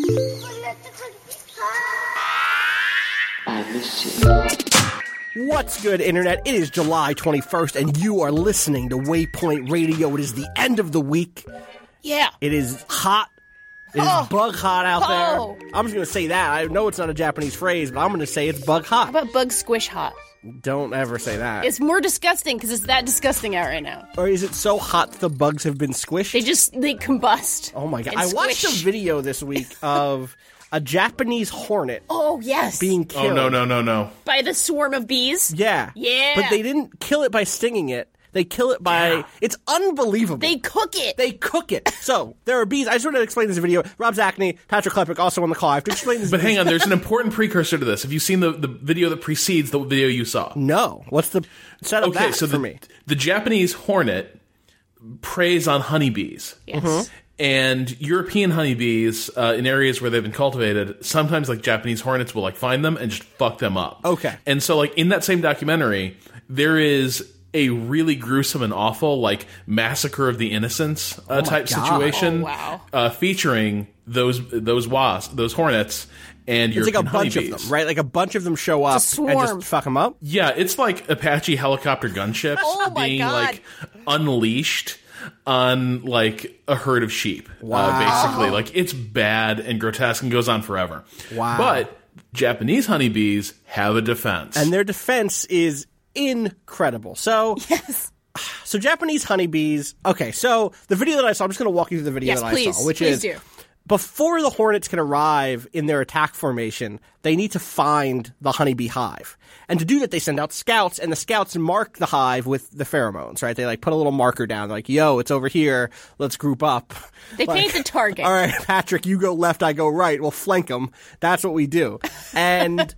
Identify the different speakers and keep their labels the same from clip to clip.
Speaker 1: こんなところ。
Speaker 2: What's good, Internet? It is July 21st, and you are listening to Waypoint Radio. It is the end of the week.
Speaker 3: Yeah.
Speaker 2: It is hot. It is bug hot out
Speaker 3: Oh.
Speaker 2: there. I'm just going to say that. I know it's not a Japanese phrase, but I'm going to say it's bug hot.
Speaker 3: How about bug squish hot?
Speaker 2: Don't ever say that.
Speaker 3: It's more disgusting because it's that disgusting out right now.
Speaker 2: or is it so hot that the bugs have been squished?
Speaker 3: They just they combust.
Speaker 2: oh my god.
Speaker 3: and
Speaker 2: I watched
Speaker 3: squish.
Speaker 2: a video this week of a Japanese hornet
Speaker 3: Oh yes,
Speaker 2: being killed.
Speaker 4: Oh no no no no!
Speaker 3: by the swarm of bees.
Speaker 2: Yeah.
Speaker 3: Yeah.
Speaker 2: But they didn't kill it by stinging it. They kill it by. It's unbelievable.
Speaker 3: They cook it.
Speaker 2: They cook it. So there are bees. I just wanted to explain this video. Rob Zachney, Patrick Klepek also on the call. I have to explain this.
Speaker 4: But hang on, there's an important precursor to this. Have you seen the, the video that precedes the video you saw?
Speaker 2: no. What's the setup
Speaker 4: Okay,
Speaker 2: that
Speaker 4: so
Speaker 2: for
Speaker 4: the,
Speaker 2: me?
Speaker 4: the Japanese hornet preys on honeybees.
Speaker 3: yes.
Speaker 2: Mm-hmm.
Speaker 4: And European honeybees uh, in areas where they've been cultivated, sometimes like Japanese hornets will like find them and just fuck them up.
Speaker 2: Okay.
Speaker 4: And so like in that same documentary, there is a really gruesome and awful like massacre of the innocents uh, type
Speaker 2: Oh God.
Speaker 4: situation.
Speaker 3: Oh, wow.
Speaker 4: Uh, featuring those those wasps, those hornets, and
Speaker 2: It's like a
Speaker 4: European
Speaker 2: bunch
Speaker 4: honeybees.
Speaker 2: of them, right? Like a bunch of them show up
Speaker 3: It's a
Speaker 2: and
Speaker 3: swarm.
Speaker 2: just fuck them up.
Speaker 4: Yeah, it's like Apache helicopter gunships
Speaker 3: Oh my
Speaker 4: being
Speaker 3: God.
Speaker 4: like unleashed on like a herd of sheep. Uh, basically, like it's bad and grotesque and goes on forever.
Speaker 2: Wow.
Speaker 4: But Japanese honeybees have a defense.
Speaker 2: And their defense is incredible. So
Speaker 3: Yes.
Speaker 2: so Japanese honeybees. Okay, so the video that I saw, I'm just going to walk you through the video
Speaker 3: Yes,
Speaker 2: that I
Speaker 3: please.
Speaker 2: saw, which
Speaker 3: Please
Speaker 2: is
Speaker 3: do.
Speaker 2: before the hornets can arrive in their attack formation, they need to find the honeybee hive. And to do that, they send out scouts, and the scouts mark the hive with the pheromones, right? They like put a little marker down, like, yo, it's over here, let's group up.
Speaker 3: They paint the target.
Speaker 2: All right, Patrick, you go left, I go right, we'll flank them. That's what we do. And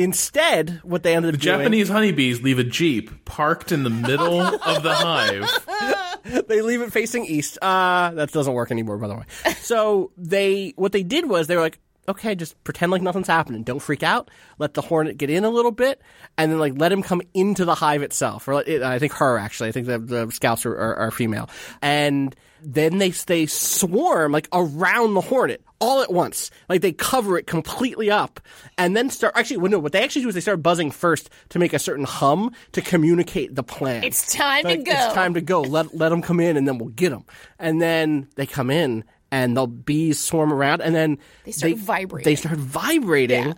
Speaker 2: instead, what they ended up doing.
Speaker 4: Japanese honeybees leave a jeep parked in the middle of the hive.
Speaker 2: they leave it facing east. Uh, that doesn't work anymore, by the way. So they, what they did was they were like, okay, just pretend like nothing's happening. Don't freak out. Let the hornet get in a little bit, and then like let him come into the hive itself. Or let it, I think her actually. I think the, the scouts are, are, are female, and then they they swarm like around the hornet all at once. Like they cover it completely up, and then start actually. Well, no, what they actually do is they start buzzing first to make a certain hum to communicate the plan.
Speaker 3: It's time to
Speaker 2: Like, It's
Speaker 3: go.
Speaker 2: time to go. Let let them come in, and then we'll get them. And then they come in, and the bees swarm around, and then they
Speaker 3: start vibrating.
Speaker 2: They start vibrating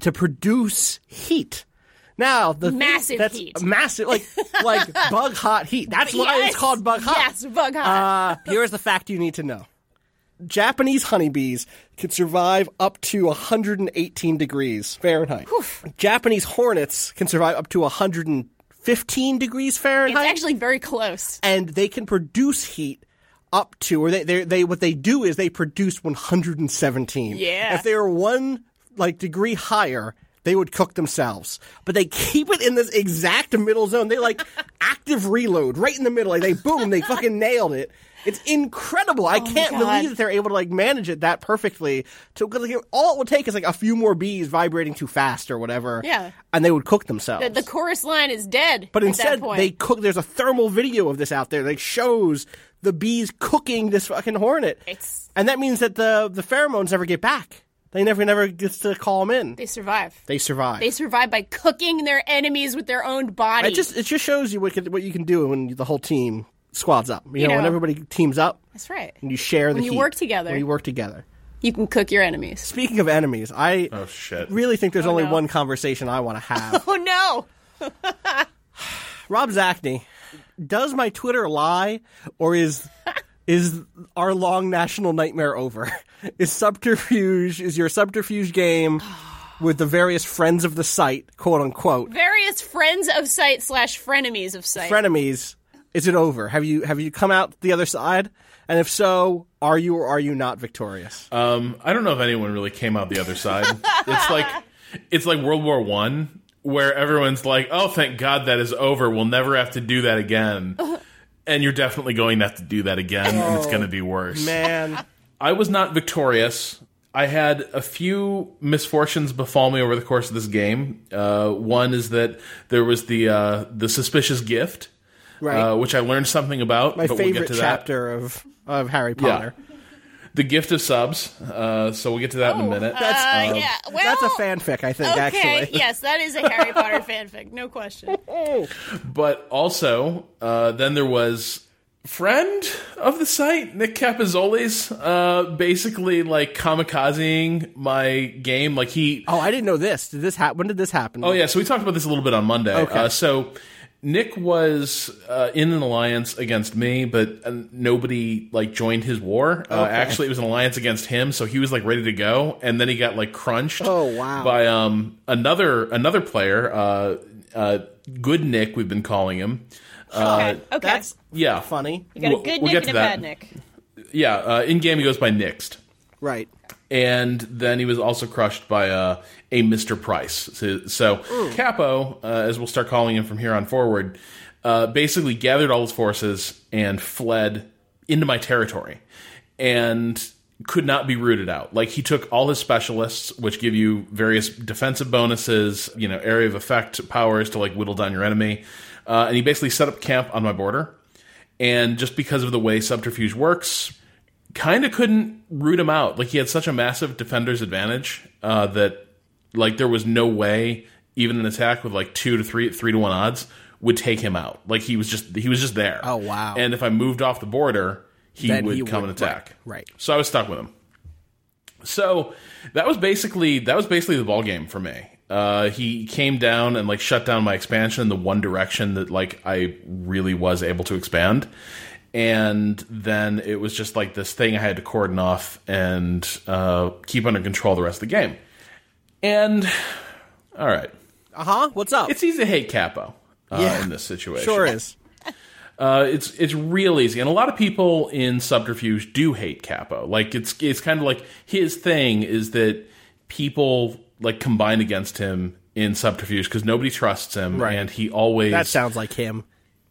Speaker 2: to produce heat. Now the thing-
Speaker 3: Massive
Speaker 2: that's
Speaker 3: heat.
Speaker 2: massive, like like bug hot heat. That's why
Speaker 3: Yes.
Speaker 2: it's called bug hot.
Speaker 3: Yes, bug hot.
Speaker 2: Uh, here's the fact you need to know. Japanese honeybees can survive up to 118 degrees Fahrenheit. Japanese hornets can survive up to 115 degrees Fahrenheit
Speaker 3: It's actually very close.
Speaker 2: and they can produce heat up to or they they, they what they do is they produce 117
Speaker 3: Yeah.
Speaker 2: if they were one like degree higher they would cook themselves but they keep it in this exact middle zone they like active reload right in the middle like they boom they fucking nailed it it's incredible i can't
Speaker 3: Oh God.
Speaker 2: believe that they're able to like manage it that perfectly to 'cause, like, all it will take is like a few more bees vibrating too fast or whatever
Speaker 3: Yeah.
Speaker 2: and they would cook themselves
Speaker 3: The, the chorus line is dead.
Speaker 2: but
Speaker 3: at
Speaker 2: instead,
Speaker 3: that point.
Speaker 2: they cook. There's a thermal video of this out there that shows the bees cooking this fucking hornet.
Speaker 3: It's-
Speaker 2: and that means that the the pheromones never get back. They never never gets to call them in.
Speaker 3: they survive.
Speaker 2: They survive.
Speaker 3: They survive by cooking their enemies with their own body.
Speaker 2: it just it just shows you what can, what you can do when the whole team squads up. You, know, when
Speaker 3: know.
Speaker 2: everybody teams up
Speaker 3: That's right.
Speaker 2: and you share the
Speaker 3: When you
Speaker 2: heat.
Speaker 3: work together.
Speaker 2: When you work together.
Speaker 3: You can cook your enemies.
Speaker 2: Speaking of enemies, I
Speaker 4: Oh shit!
Speaker 2: really think there's only one conversation I want to have.
Speaker 3: Oh no!
Speaker 2: Rob Zachney, does my Twitter lie or is is our long national nightmare over? Is subterfuge is your subterfuge game with the various friends of the site, quote unquote,
Speaker 3: Various friends of sight slash frenemies of sight.
Speaker 2: frenemies? Is it over? Have you have you come out the other side? And if so, are you or are you not victorious?
Speaker 4: Um, I don't know if anyone really came out the other side. it's like it's like World War One, where everyone's like, "Oh, thank God that is over. We'll never have to do that again." and you're definitely going to have to do that again, and it's going to be worse.
Speaker 2: Man,
Speaker 4: I was not victorious. I had a few misfortunes befall me over the course of this game. Uh, one is that there was the uh, the suspicious gift,
Speaker 2: right?
Speaker 4: uh, which I learned something about.
Speaker 2: My
Speaker 4: but
Speaker 2: favorite
Speaker 4: we'll get to that.
Speaker 2: chapter of of Harry Potter.
Speaker 4: the gift of subs. Uh, so we'll get to that in a minute.
Speaker 3: Uh, yeah. Well,
Speaker 2: Um, That's a fanfic, I think.
Speaker 3: Okay.
Speaker 2: Actually,
Speaker 3: Yes, that is a Harry Potter fanfic. No question.
Speaker 4: But also, uh, then there was friend of the site, Nick Capizoli's, uh, basically like kamikazing my game. Like he,
Speaker 2: Oh, I didn't know this. Did this happen? When did this happen?
Speaker 4: oh yeah. So we talked about this a little bit on Monday. Uh, so Nick was uh, in an alliance against me, but uh, nobody like joined his war. Uh, Actually, it was an alliance against him, so he was like ready to go, and then he got like crunched.
Speaker 2: Oh, wow.
Speaker 4: By um another another player, uh, uh, good Nick, we've been calling him.
Speaker 3: Okay. okay.
Speaker 2: that's
Speaker 4: Yeah,
Speaker 2: funny.
Speaker 3: you got a
Speaker 4: we'll-
Speaker 3: good
Speaker 4: we'll
Speaker 3: Nick
Speaker 4: get
Speaker 3: and
Speaker 4: to
Speaker 3: a bad
Speaker 4: that.
Speaker 3: Nick.
Speaker 4: Yeah, uh, in game he goes by Nixt,
Speaker 2: Right.
Speaker 4: and then he was also crushed by uh, a Mister Price. So, so Capo, uh, as we'll start calling him from here on forward, uh, basically gathered all his forces and fled into my territory, and could not be rooted out. Like he took all his specialists, which give you various defensive bonuses, you know, area of effect powers to like whittle down your enemy, uh, and he basically set up camp on my border. And just because of the way subterfuge works, kind of couldn't root him out. Like he had such a massive defender's advantage uh, that like there was no way even an attack with like two to three three to one odds would take him out. Like he was just he was just there.
Speaker 2: Oh, wow.
Speaker 4: And if I moved off the border, he
Speaker 2: Then
Speaker 4: would
Speaker 2: he
Speaker 4: come
Speaker 2: would-
Speaker 4: and attack.
Speaker 2: right, right.
Speaker 4: So I was stuck with him. So that was basically that was basically the ball game for me. Uh, he came down and like shut down my expansion in the one direction that like I really was able to expand, and then it was just like this thing I had to cordon off and uh, keep under control the rest of the game. And all right,
Speaker 2: Uh huh. What's up?
Speaker 4: it's easy to hate Capo uh,
Speaker 2: Yeah.
Speaker 4: in this situation.
Speaker 2: sure is.
Speaker 4: Uh, it's it's real easy, and a lot of people in subterfuge do hate Capo. Like it's it's kind of like his thing is that people like combine against him in subterfuge because nobody trusts him,
Speaker 2: Right.
Speaker 4: and he always
Speaker 2: That sounds like him.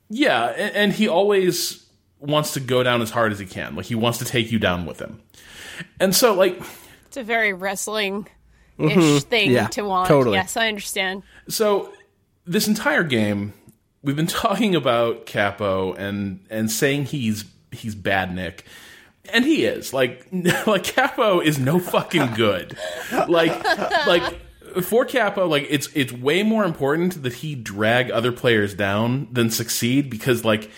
Speaker 4: yeah, and, and he always wants to go down as hard as he can. Like he wants to take you down with him, and so like
Speaker 3: It's a very wrestling ish thing
Speaker 2: Mm-hmm. Yeah,
Speaker 3: to want.
Speaker 2: totally.
Speaker 3: Yes, I understand.
Speaker 4: So this entire game, we've been talking about Capo and and saying he's he's bad Nick. And he is like like Capo is no fucking good. like like for Capo, like it's it's way more important that he drag other players down than succeed because like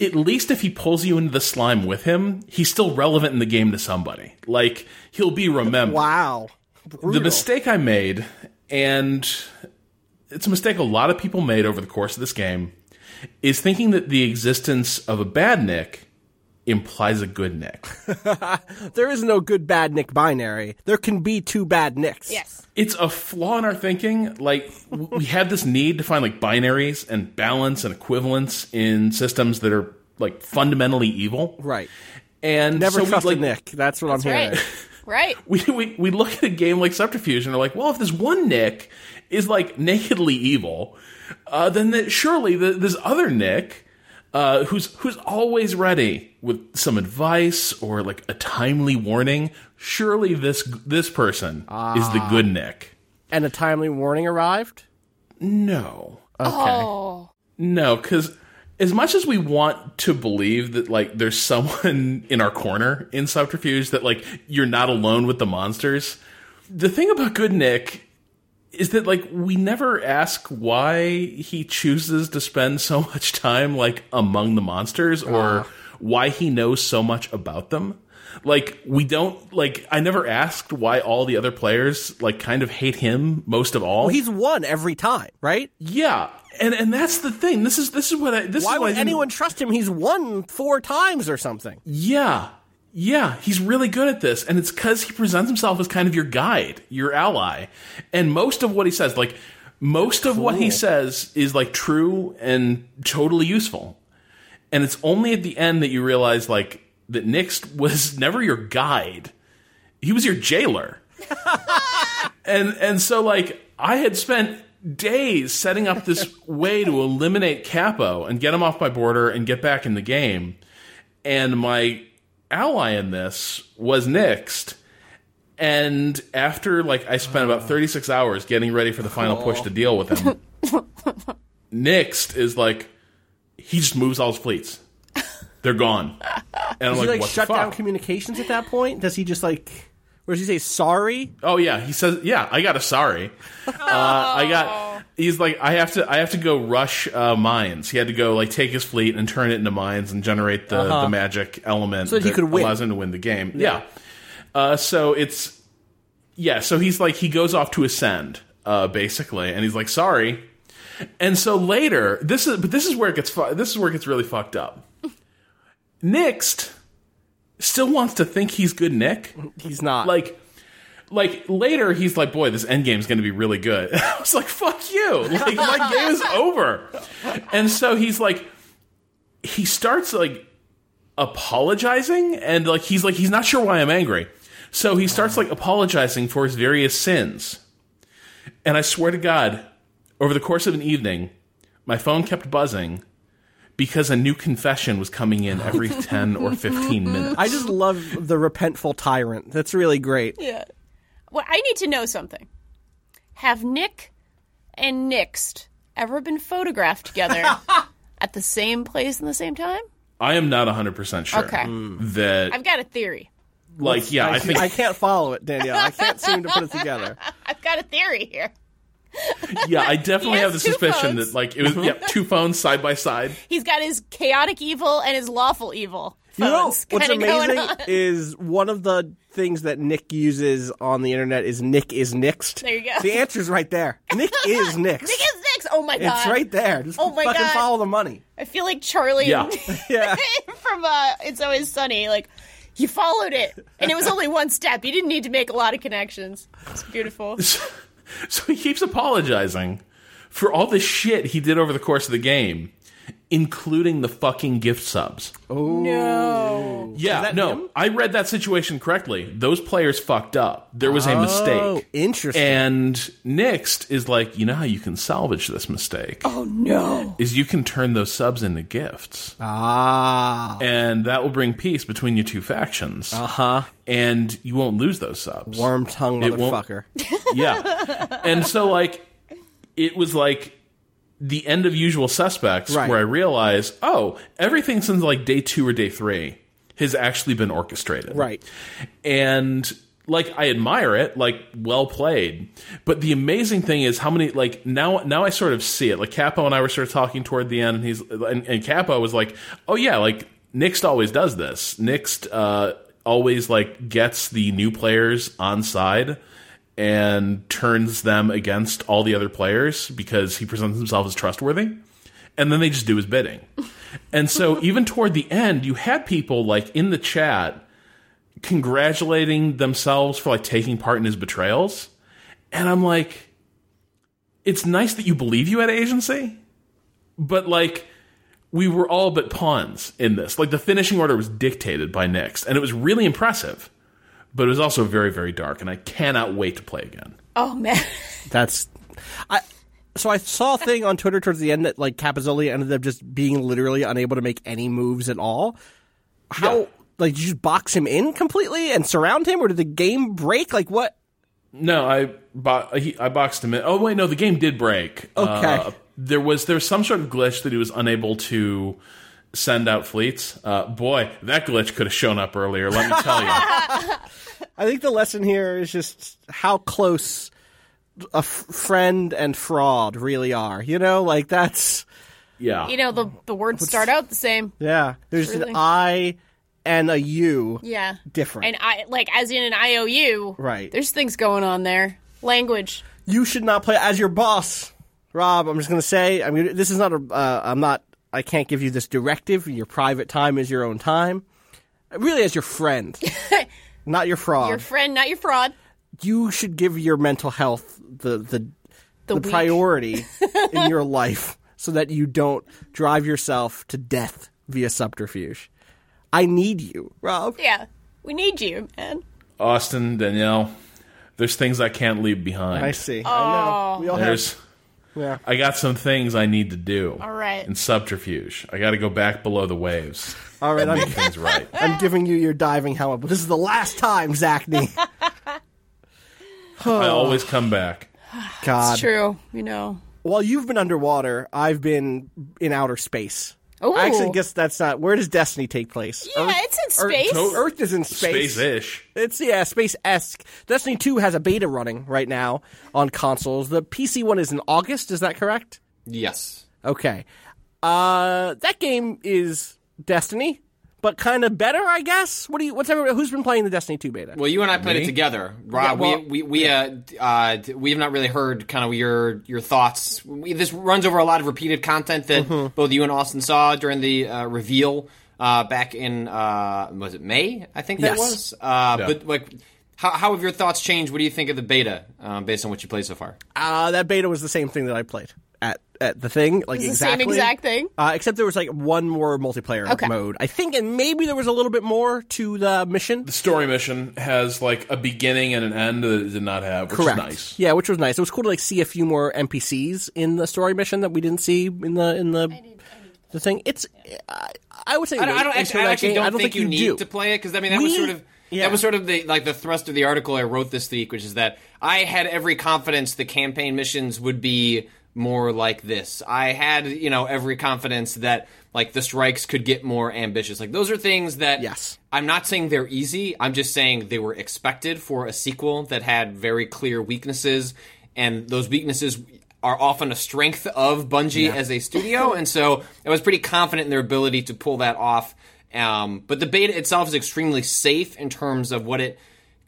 Speaker 4: at least if he pulls you into the slime with him, he's still relevant in the game to somebody. Like he'll be remembered
Speaker 2: Wow.
Speaker 4: the mistake I made, and it's a mistake a lot of people made over the course of this game, is thinking that the existence of a bad Nick implies a good Nick.
Speaker 2: There is no good bad Nick binary. There can be two bad Nicks.
Speaker 3: Yes.
Speaker 4: it's a flaw in our thinking. Like w- we had this need to find like binaries and balance and equivalence in systems that are like fundamentally evil,
Speaker 2: Right.
Speaker 4: And
Speaker 2: Never
Speaker 4: so we,
Speaker 2: trust
Speaker 4: like,
Speaker 2: a Nick. That's what I'm hearing.
Speaker 3: Right. right.
Speaker 4: we, we, we look at a game like Subterfuge and are like, well, if this one Nick is like nakedly evil, uh, then that surely the, this other Nick, uh, who's who's always ready with some advice or like a timely warning, surely this this person is the good Nick.
Speaker 2: And a timely warning arrived.
Speaker 4: No,
Speaker 3: Oh.
Speaker 4: no, because as much as we want to believe that like there's someone in our corner in subterfuge that like you're not alone with the monsters, the thing about Good Nick is that like we never ask why he chooses to spend so much time like among the monsters or why he knows so much about them. Like we don't like I never asked why all
Speaker 2: Oh,
Speaker 4: the other players like kind of hate him most of all.
Speaker 2: He's won every time, right?
Speaker 4: Yeah, and and that's the thing. This is this is what I this
Speaker 2: Why
Speaker 4: is what I
Speaker 2: would
Speaker 4: didn't-
Speaker 2: anyone trust him? He's won four times or something.
Speaker 4: Yeah. Yeah, he's really good at this, and it's because he presents himself as kind of your guide, your ally. And most of what he says, like, most of what he says is, like, true and totally useful. And it's only at the end that you realize, like, that Nix was never your guide, he was your jailer. and and so like I had spent days setting up this way to eliminate Capo and get him off my border and get back in the game. And my ally in this was Nixed. And after like I spent about 36 hours getting ready for the final push to deal with him, Nixed is like he just moves all his fleets. They're gone. And I'm
Speaker 2: Does
Speaker 4: like,
Speaker 2: he like
Speaker 4: what
Speaker 2: shut
Speaker 4: the fuck?
Speaker 2: down communications at that point? Does he just like? Or does he say sorry?
Speaker 4: Oh yeah, he says yeah. I got a sorry. Uh, I got. He's like I have to. I have to go rush uh, mines. He had to go like take his fleet and turn it into mines and generate the, the magic element
Speaker 2: Uh-huh. So that he could win.
Speaker 4: allows him to win the game. Yeah. Uh, so it's yeah. So he's like he goes off to ascend uh, basically, and he's like sorry. And so later, this is but this is where it gets fu- this is where it gets really fucked up. Next, still wants to think he's good Nick
Speaker 2: Um, He's not.
Speaker 4: like like later he's like boy this end game's going to be really good i was like fuck you like my game is over and so he's like he starts like apologizing and like he's like he's not sure why i'm angry so he starts like apologizing for his various sins and i swear to god over the course of an evening my phone kept buzzing because a new confession was coming in every 10 or 15 minutes
Speaker 2: I just love the repentful tyrant. That's really great.
Speaker 3: Yeah. Well, I need to know something. Have Nick and Nixt ever been photographed together at the same place and the same time?
Speaker 4: I am not 100% sure
Speaker 3: Okay.
Speaker 4: that,
Speaker 3: I've got a theory.
Speaker 4: like, yeah, I think,
Speaker 2: I can't follow it, Danielle. I can't seem to put it together.
Speaker 3: I've got a theory here.
Speaker 4: yeah, I definitely
Speaker 3: He
Speaker 4: have
Speaker 3: has
Speaker 4: the
Speaker 3: two
Speaker 4: suspicion
Speaker 3: phones.
Speaker 4: that, like, it was, yeah, two phones side by side.
Speaker 3: He's got his chaotic evil and his lawful evil.
Speaker 2: You know
Speaker 3: phones
Speaker 2: what's
Speaker 3: kinda going
Speaker 2: amazing
Speaker 3: on.
Speaker 2: is one of the things that Nick uses on the internet is Nick is nixed.
Speaker 3: There you go.
Speaker 2: The answer's right there. Nick is nixed.
Speaker 3: Nick is Nick's. Oh my god!
Speaker 2: it's right there. Just
Speaker 3: Oh my
Speaker 2: fucking
Speaker 3: God.
Speaker 2: follow the money.
Speaker 3: I feel like Charlie
Speaker 4: Yeah.
Speaker 2: Yeah.
Speaker 3: from uh, It's Always Sunny. Like you followed it, and it was only one step. You didn't need to make a lot of connections. It's beautiful.
Speaker 4: So he keeps apologizing for all the shit he did over the course of the game, including the fucking gift subs.
Speaker 3: No.
Speaker 4: yeah, no, I read that situation correctly. Those players fucked up. There was
Speaker 2: Oh.
Speaker 4: a mistake.
Speaker 2: interesting.
Speaker 4: And Nixt is like, you know how you can salvage this mistake?
Speaker 3: Oh no.
Speaker 4: Is you can turn those subs into gifts.
Speaker 2: ah.
Speaker 4: and that will bring peace between your two factions. Uh huh. And you won't lose those subs.
Speaker 2: Worm tongue
Speaker 4: It won't-
Speaker 2: motherfucker.
Speaker 4: Yeah. and so, like, it was like the end of Usual Suspects,
Speaker 2: Right.
Speaker 4: where I realized, oh, everything since like day two or day three has actually been orchestrated.
Speaker 2: Right.
Speaker 4: And like I admire it, like well played. But the amazing thing is how many like now now I sort of see it. Like Capo and I were sort of talking toward the end and he's and, and Capo was like, Oh yeah, like Nixt always does this. Nixt uh always like gets the new players on side and turns them against all the other players because he presents himself as trustworthy and then they just do his bidding. And so even toward the end, you had people like in the chat congratulating themselves for like taking part in his betrayals. And I'm like, it's nice that you believe you had agency, but like we were all but pawns in this. Like the finishing order was dictated by Next, and it was really impressive. But it was also very, very dark, and I cannot wait to play again.
Speaker 3: Oh man.
Speaker 2: That's I so I saw a thing on Twitter towards the end that like Capizoli ended up just being literally unable to make any moves at all. How
Speaker 4: Yeah.
Speaker 2: like did you just box him in completely and surround him or did the game break? Like what
Speaker 4: No, I bo- he, I boxed him in. Oh wait, no, the game did break. Uh,
Speaker 2: Okay.
Speaker 4: there was there was some sort of glitch that he was unable to send out fleets. Uh, boy, that glitch could have shown up earlier. Let me tell you.
Speaker 2: I think the lesson here is just how close a f- friend and fraud really are. You know, like that's
Speaker 4: Yeah.
Speaker 3: You know the the words start out the same.
Speaker 2: yeah. There's
Speaker 3: Truly.
Speaker 2: an I and a you.
Speaker 3: Yeah.
Speaker 2: Different.
Speaker 3: And I like as in an IOU.
Speaker 2: Right.
Speaker 3: There's things going on there. Language.
Speaker 2: You should not play as your boss. Rob, I'm just going to say, I mean, this is not a. Uh, I'm not. I can't give you this directive. Your private time is your own time. Really, as your friend, not your fraud.
Speaker 3: Your friend, not your fraud.
Speaker 2: you should give your mental health the the, the,
Speaker 3: week.
Speaker 2: priority in your life so that you don't drive yourself to death via subterfuge. I need you, Rob.
Speaker 3: Yeah, we need you, man.
Speaker 4: Austin, Danielle, there's things I can't leave behind.
Speaker 2: I see. I know. We all
Speaker 4: There's
Speaker 2: have. Yeah.
Speaker 4: I got some things I need to do.
Speaker 3: All right.
Speaker 4: And subterfuge. I got to go back below the waves.
Speaker 2: All right. I'm,
Speaker 4: Make things right.
Speaker 2: I'm giving you your diving helmet, but this is the last time, Zachney. Oh.
Speaker 4: I always come back.
Speaker 2: God.
Speaker 3: True, you know.
Speaker 2: While you've been underwater, I've been in outer space.
Speaker 3: Ooh.
Speaker 2: I actually guess that's not. Where does Destiny take place?
Speaker 3: Yeah, it's in space.
Speaker 4: to-
Speaker 2: Earth is in space.
Speaker 4: Space ish.
Speaker 2: It's yeah, space esque. Destiny two has a beta running right now on consoles. The PC one is in August. Is that correct?
Speaker 5: Yes.
Speaker 2: Okay. Uh, that game is Destiny, but kind of better, I guess. What do you? What's everybody? Who's been playing the Destiny two beta?
Speaker 5: Well, you and I played it together, Rob.
Speaker 2: Yeah, well-
Speaker 5: we we we uh, uh, d- we have not really heard kind of your your thoughts. We, this runs over a lot of repeated content that
Speaker 2: Mm-hmm.
Speaker 5: both you and Austin saw during the uh, reveal uh, back in uh, was it May? I think that
Speaker 2: Yes.
Speaker 5: was. Uh,
Speaker 4: Yeah.
Speaker 5: But like, how, how have your thoughts changed? What do you think of the beta um, based on what you played so far?
Speaker 2: Uh, that beta was the same thing that I played at at the thing, like
Speaker 3: It was the same
Speaker 2: exactly
Speaker 3: exact thing?
Speaker 2: Uh, except there was like one more multiplayer
Speaker 3: Okay.
Speaker 2: mode, I think, and maybe there was a little bit more to the mission.
Speaker 4: The story mission has like a beginning and an end that it did not have, which
Speaker 2: Correct.
Speaker 4: is nice.
Speaker 2: Yeah, which was nice. It was cool to like see a few more NPCs in the story mission that we didn't see in the in the the thing. It's I, I would say
Speaker 5: I don't, I don't actually,
Speaker 2: wait until
Speaker 5: I
Speaker 2: that
Speaker 5: actually
Speaker 2: game.
Speaker 5: don't,
Speaker 2: I don't
Speaker 5: think, you, need
Speaker 2: do.
Speaker 5: to play it because I mean that
Speaker 2: We-
Speaker 5: was sort of
Speaker 2: yeah.
Speaker 5: that was sort of the like the thrust of the article I wrote this week, which is that I had every confidence the campaign missions would be more like this. I had you know every confidence that like the strikes could get more ambitious. Like those are things that
Speaker 2: Yes.
Speaker 5: I'm not saying they're easy. I'm just saying they were expected for a sequel that had very clear weaknesses, and those weaknesses are often a strength of Bungie as a studio. and so I was pretty confident in their ability to pull that off. Um, but the beta itself is extremely safe in terms of what it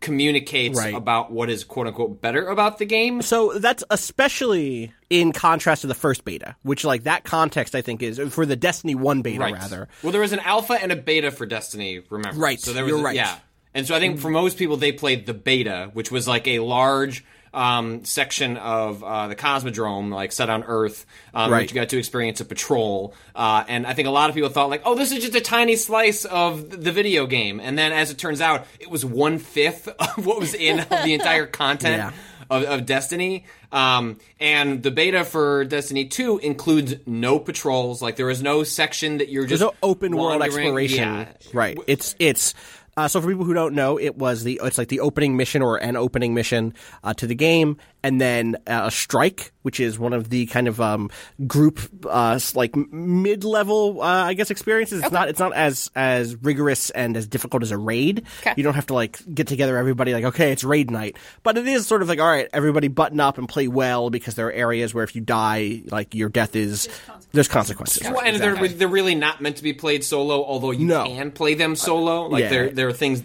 Speaker 5: communicates
Speaker 2: Right.
Speaker 5: about what is quote unquote better about the game.
Speaker 2: So that's especially in contrast to the first beta, which like that context I think is for the Destiny One beta rather.
Speaker 5: Well, there was an alpha and a beta for Destiny. Remember,
Speaker 2: Right,
Speaker 5: So there was
Speaker 2: you're
Speaker 5: a-
Speaker 2: right.
Speaker 5: Yeah, and so I think for most people they played the beta, which was like a large um, section of uh, the Cosmodrome, like set on Earth, um,
Speaker 2: Right.
Speaker 5: which you got to experience a patrol. Uh, and I think a lot of people thought like, oh, this is just a tiny slice of th- the video game. And then as it turns out, it was one fifth of what was in the entire content
Speaker 2: Yeah.
Speaker 5: of, of Destiny. Um, and the beta for Destiny 2 includes no patrols. Like, there is no section that you're just.
Speaker 2: There's no open world
Speaker 5: wandering-
Speaker 2: exploration,
Speaker 5: Yeah.
Speaker 2: right? It's it's. Uh, so for people who don't know, it was the it's like the opening mission or an opening mission uh, to the game, and then uh, a strike, which is one of the kind of um, group uh, s- like mid level, uh, I guess, experiences. It's not it's not as as rigorous and as difficult as a raid.
Speaker 3: Okay.
Speaker 2: You don't have to like get together everybody like okay, it's raid night, but it is sort of like all right, everybody button up and play well because there are areas where if you die, like your death is there's consequences.
Speaker 5: Well, and they're, they're really not meant to be played solo, although you
Speaker 2: No. Uh,
Speaker 5: can play them solo. Like
Speaker 2: yeah.
Speaker 5: there, there are things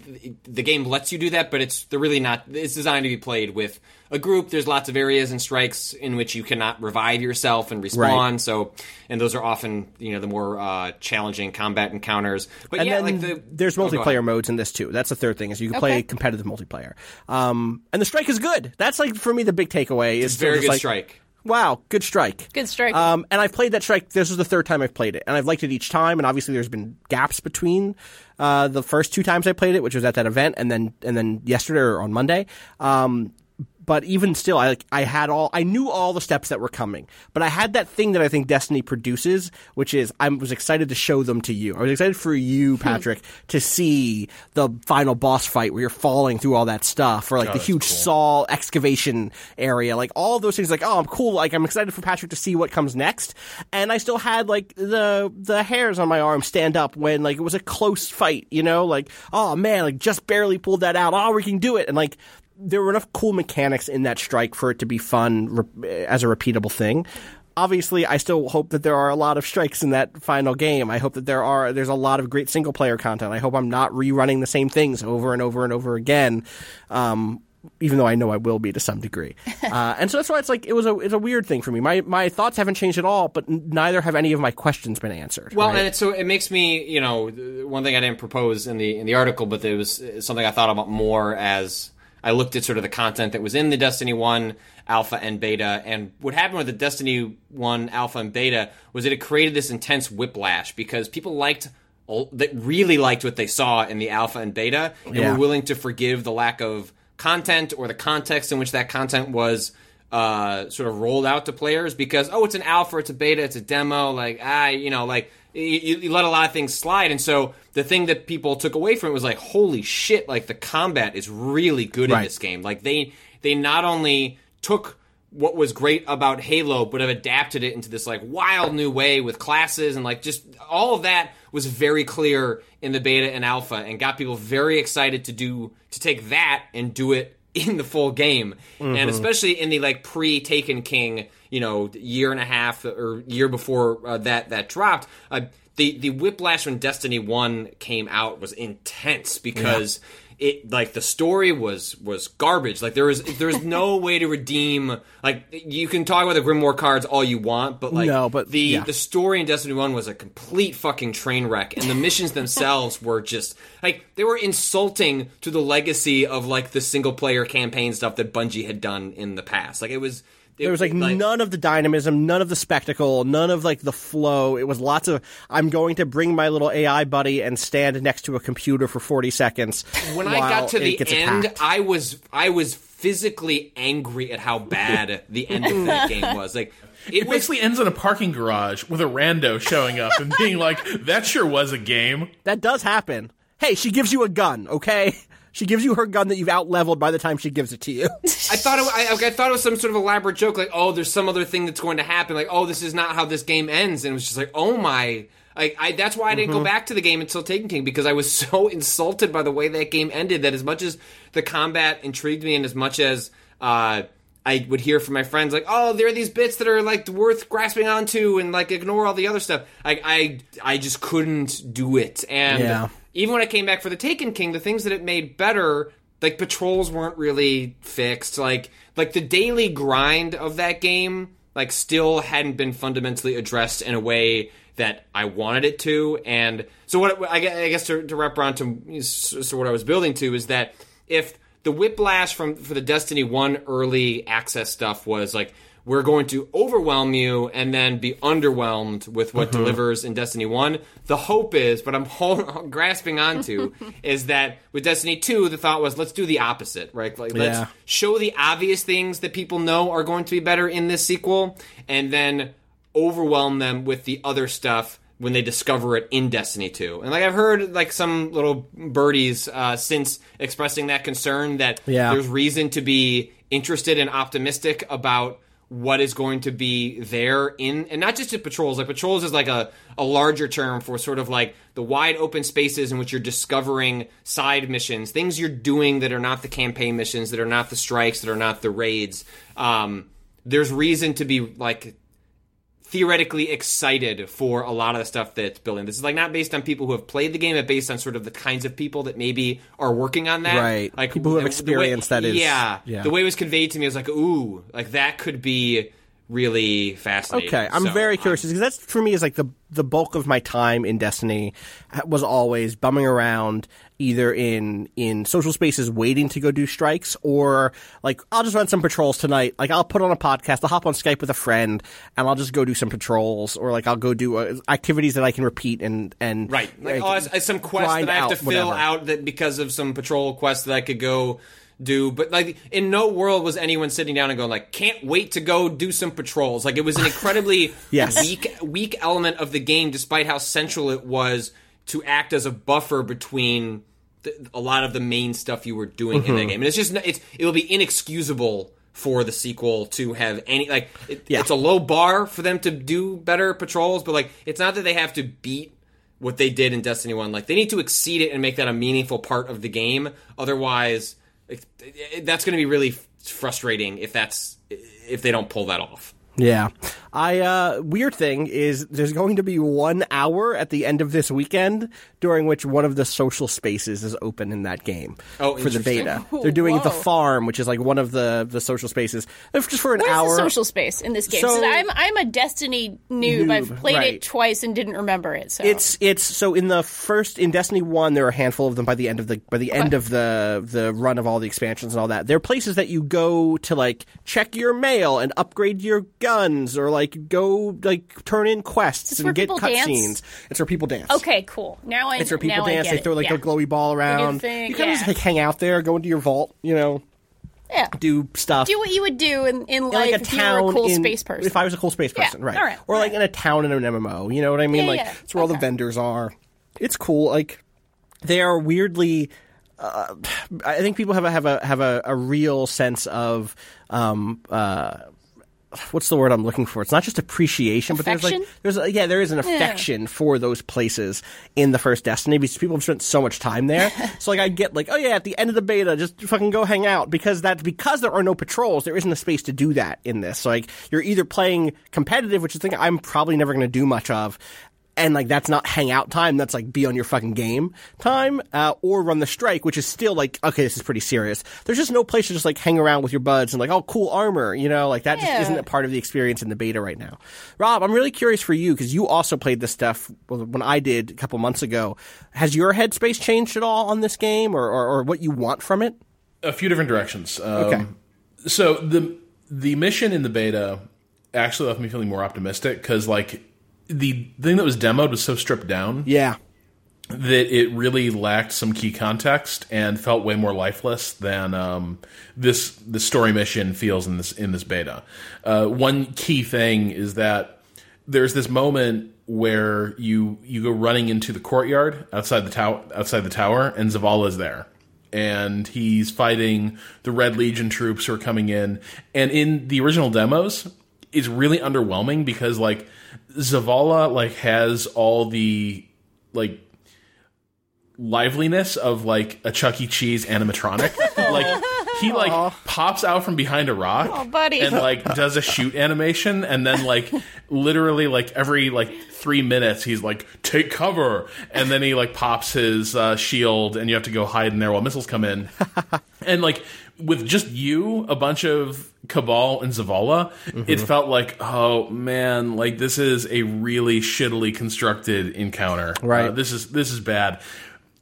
Speaker 5: the game lets you do that, but it's they're really not. It's designed to be played with a group. There's lots of areas and strikes in which you cannot revive yourself and respawn.
Speaker 2: Right.
Speaker 5: So, and those are often you know the more uh, challenging combat encounters. But
Speaker 2: and
Speaker 5: yeah,
Speaker 2: then
Speaker 5: like the,
Speaker 2: there's
Speaker 5: Oh, go ahead.
Speaker 2: multiplayer modes in this too. That's the third thing is you can play
Speaker 3: Okay.
Speaker 2: competitive multiplayer. Um, and the strike is good. That's like for me the big takeaway is
Speaker 5: very
Speaker 2: just
Speaker 5: good
Speaker 2: like,
Speaker 5: strike.
Speaker 2: Wow, good strike.
Speaker 3: Good strike.
Speaker 2: Um, and I've played that strike. This is the third time I've played it, and I've liked it each time. And obviously, there's been gaps between uh, the first two times I played it, which was at that event, and then and then yesterday or on Monday. Um, but even still, I like I had all I knew all the steps that were coming, but I had that thing that I think Destiny produces, which is I was excited to show them to you. I was excited for you,
Speaker 3: Hmm.
Speaker 2: Patrick, to see the final boss fight where you're falling through all that stuff, or like the huge saw excavation area, like all those things. Like, oh, I'm cool. Like, I'm excited for Patrick to see what comes next. And I still had like the the hairs on my arm stand up when like it was a close fight. You know, like oh man, like just barely pulled that out. Oh, we can do it. And like there were enough cool mechanics in that strike for it to be fun re- as a repeatable thing. Obviously, I still hope that there are a lot of strikes in that final game. I hope that there are there's a lot of great single player content. I hope I'm not rerunning the same things over and over and over again. Um, even though I know I will be to some degree. Uh, and so that's why it's like it was a it's a weird thing for me. My my thoughts haven't changed at all, but n- neither have any of my questions been answered.
Speaker 5: Well,
Speaker 2: right?
Speaker 5: and it, so it makes me, you know, th- one thing I didn't propose in the in the article, but it was uh, something I thought about more as I looked at sort of the content that was in the Destiny One Alpha and Beta, and what happened with the Destiny One Alpha and Beta was that it created this intense whiplash because people liked that really liked what they saw in the Alpha and Beta, and
Speaker 2: Yeah.
Speaker 5: were willing to forgive the lack of content or the context in which that content was uh, sort of rolled out to players because oh it's an alpha it's a beta it's a demo like ah you know like you, you let a lot of things slide and so the thing that people took away from it was like holy shit like the combat is really good in
Speaker 2: Right.
Speaker 5: this game like they they not only took what was great about Halo, but have adapted it into this like wild new way with classes and like just all of that was very clear in the beta and alpha and got people very excited to do to take that and do it in the full game and especially in the like pre Taken King you know year and a half or year before uh, that that dropped uh, the the whiplash when Destiny One came out was intense because it like the story was was garbage. Like there was there's no way to redeem. Like you can talk about the Grimoire cards all you want, but like
Speaker 2: No, but-
Speaker 5: the
Speaker 2: yeah.
Speaker 5: the story in Destiny One was a complete fucking train wreck, and the missions themselves were just like they were insulting to the legacy of like the single player campaign stuff that Bungie had done in the past. Like it was. It,
Speaker 2: there was like, none of the dynamism, none of the spectacle, none of like the flow. It was lots of I'm going to bring my little AI buddy and stand next to a computer for 40 seconds.
Speaker 5: when
Speaker 2: while
Speaker 5: I got to
Speaker 2: it
Speaker 5: the
Speaker 2: gets
Speaker 5: end,
Speaker 2: attacked.
Speaker 5: I was I was physically angry at how bad the end of that game was. Like it,
Speaker 4: It
Speaker 5: was
Speaker 4: basically ends in a parking garage with a rando showing up and being like, "That sure was a game."
Speaker 2: that does happen. Hey, she gives you a gun, okay? She gives you her gun that you've outleveled by the time she gives it to you.
Speaker 5: I thought it, I, I thought it was some sort of elaborate joke, like oh, there's some other thing that's going to happen, like oh, this is not how this game ends, and it was just like oh my, like I that's why I didn't go back to the game until Taken King because I was so insulted by the way that game ended that as much as the combat intrigued me and as much as uh, I would hear from my friends like oh, there are these bits that are like worth grasping onto and like ignore all the other stuff, I I I just couldn't do it, and
Speaker 2: Yeah.
Speaker 5: even when I came back for the Taken King, the things that it made better, like patrols weren't really fixed. Like like the daily grind of that game, like still hadn't been fundamentally addressed in a way that I wanted it to. And so what I gue- I guess to, to wrap around to so what I was building to is that if the whiplash from for the Destiny One early access stuff was like we're going to overwhelm you and then be underwhelmed with what delivers in Destiny 1. The hope is, but I'm hol- grasping onto, is that with Destiny 2, the thought was let's do the opposite, right? Like, let's
Speaker 2: Yeah.
Speaker 5: show the obvious things that people know are going to be better in this sequel and then overwhelm them with the other stuff when they discover it in Destiny 2. And like I've heard like some little birdies uh, since expressing that concern that
Speaker 2: Yeah.
Speaker 5: there's reason to be interested and optimistic about what is going to be there in and not just at patrols like patrols is like a, a larger term for sort of like the wide open spaces in which you're discovering side missions things you're doing that are not the campaign missions that are not the strikes that are not the raids um, there's reason to be like theoretically excited for a lot of the stuff that's building. This is like not based on people who have played the game, but based on sort of the kinds of people that maybe are working on that.
Speaker 2: Right. People who have
Speaker 5: the way-
Speaker 2: experience that is-
Speaker 5: Yeah,
Speaker 2: yeah.
Speaker 5: The way it was conveyed to me was like, ooh, like that could be really fascinating.
Speaker 2: Okay, I'm
Speaker 5: So, um,
Speaker 2: very curious because that's for me is like the the bulk of my time in Destiny was always bumming around either in in social spaces waiting to go do strikes or like I'll just run some patrols tonight. Like I'll put on a podcast, I'll hop on Skype with a friend, and I'll just go do some patrols or like I'll go do uh, activities that I can repeat and and
Speaker 5: Right. Like, oh, it's, it's some quest that
Speaker 2: grind
Speaker 5: I have to
Speaker 2: out
Speaker 5: fill
Speaker 2: whatever.
Speaker 5: out that because of some patrol quest that I could go do. But like in no world was anyone sitting down and going like, can't wait to go do some patrols. Like it was an incredibly
Speaker 2: Yes.
Speaker 5: weak weak element of the game, despite how central it was to act as a buffer between th a lot of the main stuff you were doing in that game. And it's just n- it's it will be inexcusable for the sequel to have any like it,
Speaker 2: Yeah.
Speaker 5: it's a low bar for them to do better patrols, but like it's not that they have to beat what they did in Destiny One. Like they need to exceed it and make that a meaningful part of the game. Otherwise, like, it- it- that's going to be really f- frustrating if that's if they don't pull that off.
Speaker 2: Yeah. I uh, weird thing is there's going to be one hour at the end of this weekend during which one of the social spaces is open in that game
Speaker 5: Oh,
Speaker 2: for the
Speaker 5: interesting.
Speaker 2: beta. They're doing the
Speaker 3: Whoa.
Speaker 2: farm, which is like one of the the social spaces, If just for an
Speaker 3: What is
Speaker 2: hour.
Speaker 3: the social space in this game?
Speaker 2: So-
Speaker 3: So, I'm I'm a Destiny noob.
Speaker 2: Noob,
Speaker 3: I've played
Speaker 2: right.
Speaker 3: it twice and didn't remember it. So
Speaker 2: It's it's so in the first in Destiny One there are a handful of them by the end of the by the end of the the run of all the expansions and all that. They're places that you go to like check your mail and upgrade your guns or like go like turn in quests
Speaker 3: where
Speaker 2: and get
Speaker 3: people dance?
Speaker 2: cutscenes. It's where people dance.
Speaker 3: okay, cool. Now I
Speaker 2: It's where people
Speaker 3: now I
Speaker 2: dance.
Speaker 3: get
Speaker 2: They
Speaker 3: it.
Speaker 2: throw like
Speaker 3: yeah.
Speaker 2: a glowy ball around.
Speaker 3: thing,
Speaker 2: you kind
Speaker 3: yeah.
Speaker 2: of just like hang out there, go into your vault, you know,
Speaker 3: Yeah.
Speaker 2: do stuff.
Speaker 3: Do what you would do in, in
Speaker 2: In,
Speaker 3: life if you were a cool
Speaker 2: in-
Speaker 3: space person.
Speaker 2: If I was a cool space
Speaker 3: Yeah,
Speaker 2: person, right?
Speaker 3: all right,
Speaker 2: Or
Speaker 3: all
Speaker 2: like in a town in an MMO, you know what I mean?
Speaker 3: Yeah,
Speaker 2: like
Speaker 3: yeah,
Speaker 2: it's where all the vendors are. It's cool. Like they are weirdly. Uh, I think people have a have a have a, a real sense of um uh. What's the word I'm looking for? It's not just appreciation, but there's
Speaker 3: Affection?
Speaker 2: like there's a, yeah, there is an affection for those places in the first Destiny because people have spent so much time there. so like I get like, oh yeah, at the end of the beta, just fucking go hang out because that because there are no patrols, there isn't a space to do that in this. So like you're either playing competitive, which is thing I'm probably never going to do much of. And like that's not hangout time. That's like be on your fucking game time, uh, or run the strike, which is still like okay, this is pretty serious. There's just no place to just like hang around with your buds and like oh cool armor, you know, like that just
Speaker 3: Yeah.
Speaker 2: isn't a part of the experience in the beta right now. Rob, I'm really curious for you because you also played this stuff when I did a couple months ago. Has your headspace changed at all on this game, or, or, or what you want from it?
Speaker 4: a few different directions. Um,
Speaker 2: Okay.
Speaker 4: So the the mission in the beta actually left me feeling more optimistic because like the thing that was demoed was so stripped down
Speaker 2: Yeah,
Speaker 4: that it really lacked some key context and felt way more lifeless than um, this the story mission feels in this in this beta. Uh, one key thing is that there's this moment where you you go running into the courtyard outside the tower outside the tower and Zavala's there and he's fighting the Red Legion troops who are coming in and in the original demos it's really underwhelming because like Zavala like has all the like liveliness of like a Chuck E. Cheese animatronic. like he like pops out from behind a rock
Speaker 3: buddy.
Speaker 4: and like does a shoot animation and then like literally like every like three minutes he's like take cover and then he like pops his uh, shield and you have to go hide in there while missiles come in and like with just you, a bunch of Cabal and Zavala, it felt like, oh man, like this is a really shittily constructed encounter.
Speaker 2: Right.
Speaker 4: Uh, this is this is bad.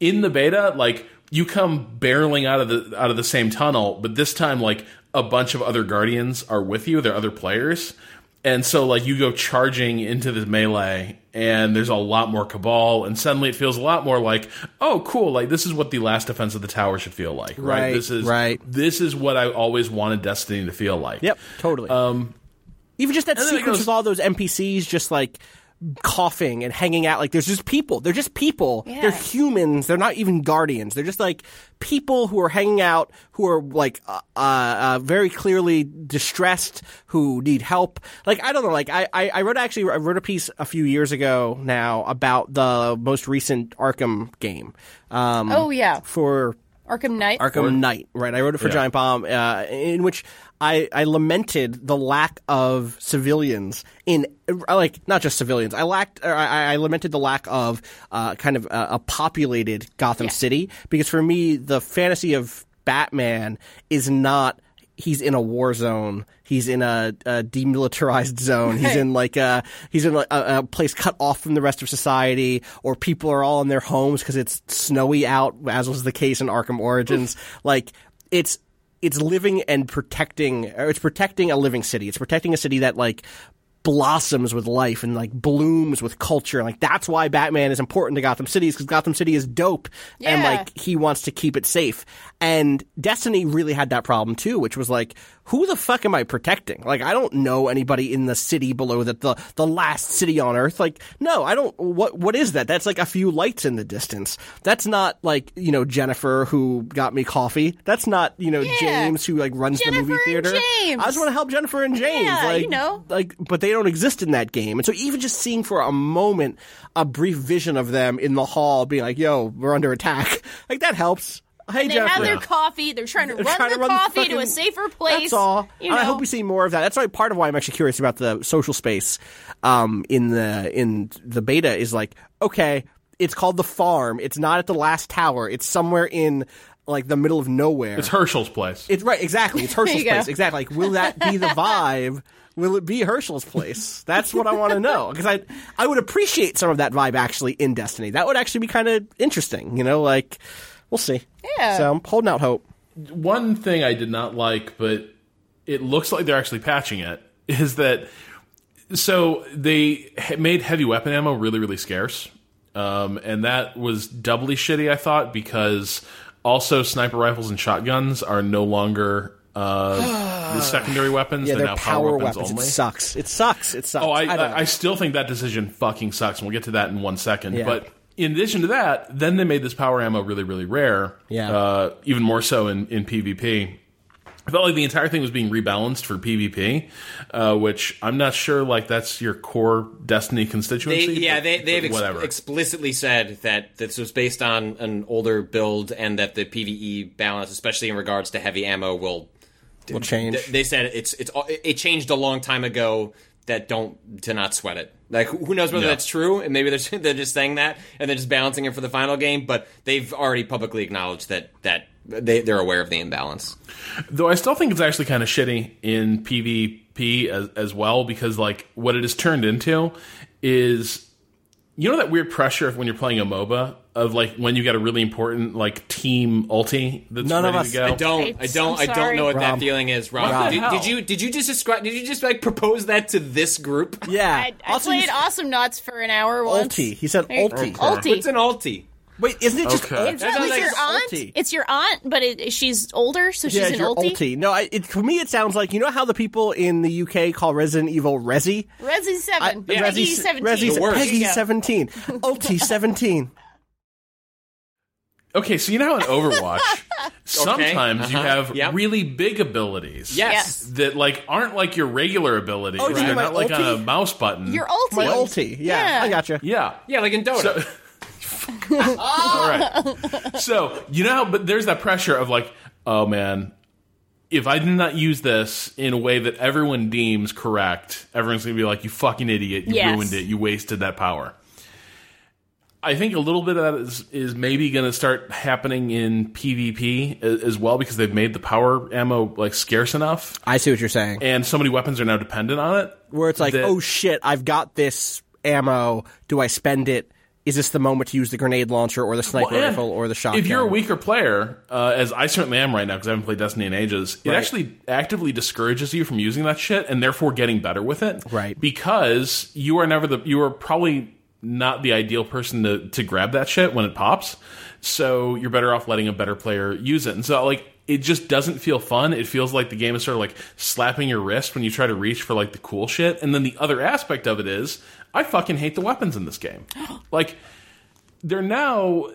Speaker 4: In the beta, like you come barreling out of the out of the same tunnel, but this time like a bunch of other guardians are with you, they're other players. And so like you go charging into the melee and there's a lot more cabal and suddenly it feels a lot more like, oh cool, like this is what the last defense of the tower should feel like, right?
Speaker 2: Right,
Speaker 4: This is
Speaker 2: right.
Speaker 4: This is what I always wanted Destiny to feel like.
Speaker 2: yep, totally. Um, even just that
Speaker 4: and then it
Speaker 2: sequence
Speaker 4: goes-
Speaker 2: with all those NPCs, just like coughing and hanging out. Like there's just people. They're just people. They're humans. They're not even guardians. They're just like people who are hanging out, who are like uh, uh, uh, very clearly distressed, who need help. Like I don't know. Like I, I, I wrote actually I wrote a piece a few years ago now about the most recent Arkham game. Um,
Speaker 3: Oh, yeah.
Speaker 2: for
Speaker 3: Arkham Knight.
Speaker 2: Arkham Knight, right? I wrote it for Giant Bomb, uh, in which I, I lamented the lack of civilians in uh, like not just civilians. I lacked, or I, I lamented the lack of uh, kind of a, a populated Gotham City because for me the fantasy of Batman is not he's in a war zone. He's in a, a demilitarized zone. He's in like a he's in a, a place cut off from the rest of society, or people are all in their homes because it's snowy out, as was the case in Arkham Origins. like it's it's living and protecting. Or it's protecting a living city. It's protecting a city that like blossoms with life and like blooms with culture. Like that's why Batman is important to Gotham City is because Gotham City is dope and
Speaker 3: Yeah.
Speaker 2: like he wants to keep it safe. And Destiny really had that problem too, which was like, who the fuck am I protecting? Like I don't know anybody in the city below that the the last city on earth. Like no, I don't. What what is that? That's like a few lights in the distance. That's not like you know Jennifer who got me coffee. That's not you know James who like runs the movie
Speaker 3: Jennifer and
Speaker 2: theater.
Speaker 3: James.
Speaker 2: I just want to help Jennifer and James.
Speaker 3: Yeah,
Speaker 2: like,
Speaker 3: you know.
Speaker 2: like but they don't exist in that game and so even just seeing for a moment a brief vision of them in the hall being like yo we're under attack like that helps Hey,
Speaker 3: They
Speaker 2: Jeffrey.
Speaker 3: have their coffee. They're trying to
Speaker 2: They're
Speaker 3: run
Speaker 2: trying
Speaker 3: their
Speaker 2: to run the
Speaker 3: coffee to a
Speaker 2: fucking-
Speaker 3: safer place.
Speaker 2: That's all.
Speaker 3: You know,
Speaker 2: and I hope we see more of that. That's why part of why I'm actually curious about the social space um, in the in the beta is like, okay, it's called the farm. It's not at the last tower. It's somewhere in like the middle of nowhere.
Speaker 4: It's Herschel's place.
Speaker 2: It's right, exactly. It's Herschel's
Speaker 3: you go.
Speaker 2: place. Exactly. Like, will that be the vibe? will it be Herschel's place? That's what I want to know because I I would appreciate some of that vibe actually in Destiny. That would actually be kind of interesting. You know, like we'll see.
Speaker 3: Yeah.
Speaker 2: So I'm holding out hope.
Speaker 4: One thing I did not like, but it looks like they're actually patching it, is that so they ha- made heavy weapon ammo really, really scarce. Um, and that was doubly shitty, I thought, because also sniper rifles and shotguns are no longer uh, the secondary weapons.
Speaker 2: Yeah,
Speaker 4: they're
Speaker 2: they're
Speaker 4: now
Speaker 2: power weapons.
Speaker 4: only.
Speaker 2: It sucks. It sucks. It sucks.
Speaker 4: Oh, I,
Speaker 2: I don't know.
Speaker 4: I, I still think that decision fucking sucks, and we'll get to that in one second.
Speaker 2: Yeah.
Speaker 4: But in addition to that, then they made this power ammo really, really rare.
Speaker 2: Yeah.
Speaker 4: Uh, even more so in, in PvP. I felt like the entire thing was being rebalanced for PvP, uh, which I'm not sure like that's your core Destiny
Speaker 5: They,
Speaker 4: constituency.
Speaker 5: yeah,
Speaker 4: but-
Speaker 5: they, they've
Speaker 4: but
Speaker 5: ex-
Speaker 4: whatever.
Speaker 5: explicitly said that this was based on an older build and that the PVE balance, especially in regards to heavy ammo, will
Speaker 2: will change.
Speaker 5: Th- They said it's it's it changed a long time ago. That don't to not sweat it. Like who knows whether
Speaker 4: Yeah.
Speaker 5: that's true, and maybe they're they're just saying that and they're just balancing it for the final game. But they've already publicly acknowledged that that they they're aware of the imbalance.
Speaker 4: Though I still think it's actually kind of shitty in PvP as, as well because like what it has turned into is you know that weird pressure of when you're playing a MOBA of like when you got a really important like team ulti that's
Speaker 2: None of
Speaker 4: ready
Speaker 2: us-
Speaker 4: to go.
Speaker 5: I don't I
Speaker 3: It's-
Speaker 5: don't I
Speaker 3: I'm
Speaker 5: don't
Speaker 3: sorry.
Speaker 5: know what that
Speaker 2: Rob.
Speaker 5: feeling is, Rob.
Speaker 2: Rob.
Speaker 5: Did, did you did you just describe? Did you just like propose that to this group?
Speaker 2: yeah.
Speaker 3: I, I
Speaker 2: also,
Speaker 3: played
Speaker 2: he's-
Speaker 3: Awesome Knots for an hour once.
Speaker 2: Ulti. He said
Speaker 3: Hey,
Speaker 2: ulti.
Speaker 3: Ulti.
Speaker 5: What's an alti?
Speaker 2: Wait, isn't it just
Speaker 4: Okay.
Speaker 2: ulti?
Speaker 3: It's not
Speaker 5: sounds
Speaker 3: like
Speaker 5: like
Speaker 3: your aunt.
Speaker 2: ulti.
Speaker 3: It's your aunt, but it, she's older, so she's
Speaker 2: yeah,
Speaker 3: an
Speaker 2: you're
Speaker 3: ulti.
Speaker 2: No, I, it, for me, it sounds like you know how the people in the UK call Resident Evil Resi.
Speaker 3: Resi seven.
Speaker 2: I-
Speaker 3: Peggy
Speaker 2: Resi-
Speaker 3: seventeen.
Speaker 2: Resi-
Speaker 5: The worst.
Speaker 2: Peggy
Speaker 3: Yeah.
Speaker 2: seventeen. Ulti seventeen.
Speaker 4: Okay, so you know how in Overwatch sometimes you have
Speaker 5: uh-huh. Yep.
Speaker 4: really big abilities
Speaker 5: Yes.
Speaker 4: that like aren't like your regular abilities.
Speaker 2: Oh, you mean
Speaker 4: They're
Speaker 2: my
Speaker 4: not like on a
Speaker 2: ulti?
Speaker 4: mouse button.
Speaker 3: Your ulti.
Speaker 2: My ulti. Yeah,
Speaker 3: Yeah.
Speaker 2: I gotcha.
Speaker 4: yeah.
Speaker 5: Yeah, like in Dota.
Speaker 4: So, all right. So you know, how, but there's that pressure of like, oh man, if I did not use this in a way that everyone deems correct, everyone's gonna be like, you fucking idiot, you
Speaker 3: Yes.
Speaker 4: ruined it, you wasted that power. I think a little bit of that is, is maybe going to start happening in PvP a- as well because they've made the power ammo like scarce enough,
Speaker 2: I see what you're saying.
Speaker 4: and so many weapons are now dependent on it.
Speaker 2: Where it's like,
Speaker 4: that-
Speaker 2: oh shit, I've got this ammo. Do I spend it? Is this the moment to use the grenade launcher or the sniper
Speaker 4: Well, and
Speaker 2: rifle or the shotgun?
Speaker 4: If you're a weaker player, uh, as I certainly am right now because I haven't played Destiny in ages, it actually actively discourages you from using that shit and therefore getting better with it.
Speaker 2: Right.
Speaker 4: Because you are never the you are probably not the ideal person to to grab that shit when it pops. So you're better off letting a better player use it. And so like it just doesn't feel fun. It feels like the game is sort of like slapping your wrist when you try to reach for like the cool shit. And then the other aspect of it is I fucking hate the weapons in this game. Like they're now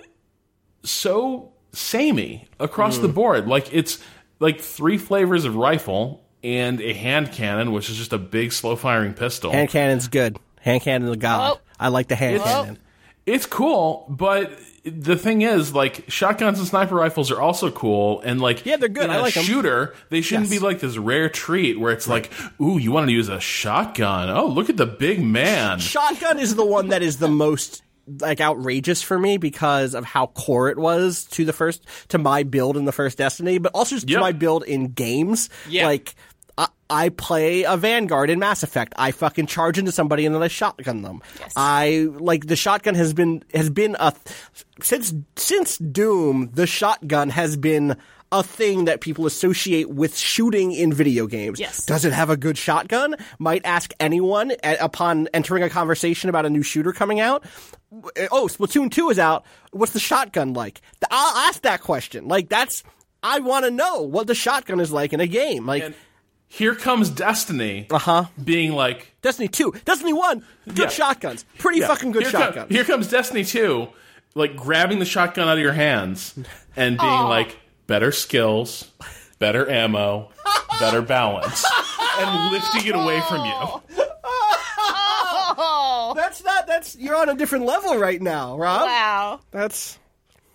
Speaker 4: so samey across
Speaker 2: Mm.
Speaker 4: the board. Like it's like three flavors of rifle and a hand cannon, which is just a big slow firing pistol.
Speaker 2: hand cannon's good. Hand cannon the god.
Speaker 3: Oh.
Speaker 2: I like the hand cannon.
Speaker 4: it's cool, but the thing is, like shotguns and sniper rifles are also cool, and like
Speaker 2: Yeah, they're good.
Speaker 4: in
Speaker 2: I
Speaker 4: a
Speaker 2: like 'em.
Speaker 4: shooter. They shouldn't
Speaker 2: Yes.
Speaker 4: be like this rare treat where it's like, ooh, you want to use a shotgun? Oh, look at the big man.
Speaker 2: Shotgun is the one that is the most like outrageous for me because of how core it was to the first to my build in the first Destiny, but also just
Speaker 4: Yep.
Speaker 2: to my build in games.
Speaker 5: Yeah.
Speaker 2: Like I, I play a Vanguard in Mass Effect. I fucking charge into somebody and then I shotgun them. I like the shotgun has been has been a since since Doom, the shotgun has been a thing that people associate with shooting in video games.
Speaker 3: Yes.
Speaker 2: Does it have a good shotgun? Might ask anyone a- upon entering a conversation about a new shooter coming out. W- Oh, Splatoon 2 is out. What's the shotgun like? Th- I'll ask that question. Like, that's, I want to know what the shotgun is like in a game. Like,
Speaker 4: Here comes Destiny. Uh
Speaker 2: huh.
Speaker 4: Being like,
Speaker 2: Destiny 2, Destiny 1, good
Speaker 4: Yeah.
Speaker 2: shotguns. Pretty
Speaker 4: Yeah.
Speaker 2: fucking good
Speaker 4: here come-
Speaker 2: shotguns.
Speaker 4: here comes Destiny 2, like grabbing the shotgun out of your hands and being like, better skills, better ammo, better balance, and lifting it away from you.
Speaker 3: Oh,
Speaker 2: that's not, that's, you're on a different level right now, Rob.
Speaker 3: Wow.
Speaker 2: That's,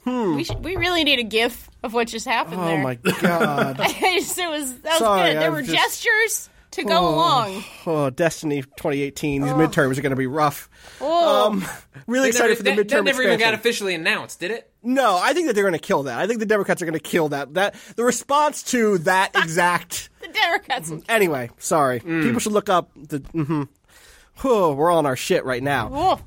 Speaker 3: We should, we really need a gif of what just happened
Speaker 2: Oh
Speaker 3: there.
Speaker 2: my god.
Speaker 3: I just, it was that was
Speaker 2: Sorry,
Speaker 3: good. There
Speaker 2: I'm
Speaker 3: were
Speaker 2: just-
Speaker 3: gestures to go along.
Speaker 2: oh, Destiny 2018. These midterms are going to be rough. Um, really excited for the
Speaker 5: that,
Speaker 2: midterm
Speaker 5: that never even
Speaker 2: expansion.
Speaker 5: got officially announced, did it?
Speaker 2: No, I think that they're going to kill that. I think the Democrats are going to kill that. That the response to that exact.
Speaker 3: The Democrats.
Speaker 2: Mm-hmm. Anyway, sorry.
Speaker 3: Mm.
Speaker 2: People should look up the. hmm Oh, we're on our shit right now.
Speaker 3: Oh,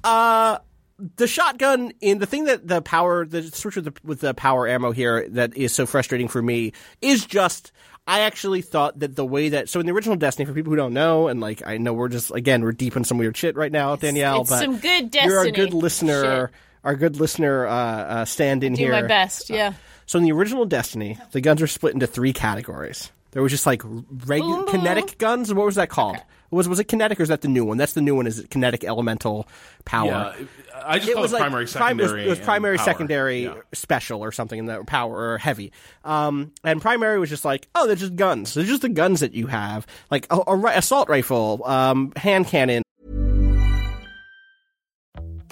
Speaker 2: The shotgun in the thing that the power, the switch with the, with the power ammo here that is so frustrating for me is just. I actually thought that the way that so in the original Destiny, for people who don't know, and like I know we're just again we're deep in some weird shit right now, Danielle.
Speaker 3: it's
Speaker 2: but
Speaker 3: some good
Speaker 2: You're our
Speaker 3: Destiny
Speaker 2: good listener.
Speaker 3: shit.
Speaker 2: Our good listener uh, uh, stand in
Speaker 3: do
Speaker 2: here.
Speaker 3: my best. Yeah.
Speaker 2: So in the original Destiny, the guns were split into three categories. There was just like regular kinetic guns. and What was that called? Was was it kinetic or is that the new one? That's the new one. Is it kinetic elemental power?
Speaker 4: Yeah, I just
Speaker 2: It
Speaker 4: call
Speaker 2: was
Speaker 4: it
Speaker 2: like prim- it
Speaker 4: primary,
Speaker 2: was-
Speaker 4: secondary.
Speaker 2: It was,
Speaker 4: and
Speaker 2: primary,
Speaker 4: power.
Speaker 2: secondary,
Speaker 4: Yeah.
Speaker 2: special or something in that or power or heavy. Um, and primary was just like, oh, they're just guns. They're just the guns that you have, like a, a ri- assault rifle, um, hand cannon,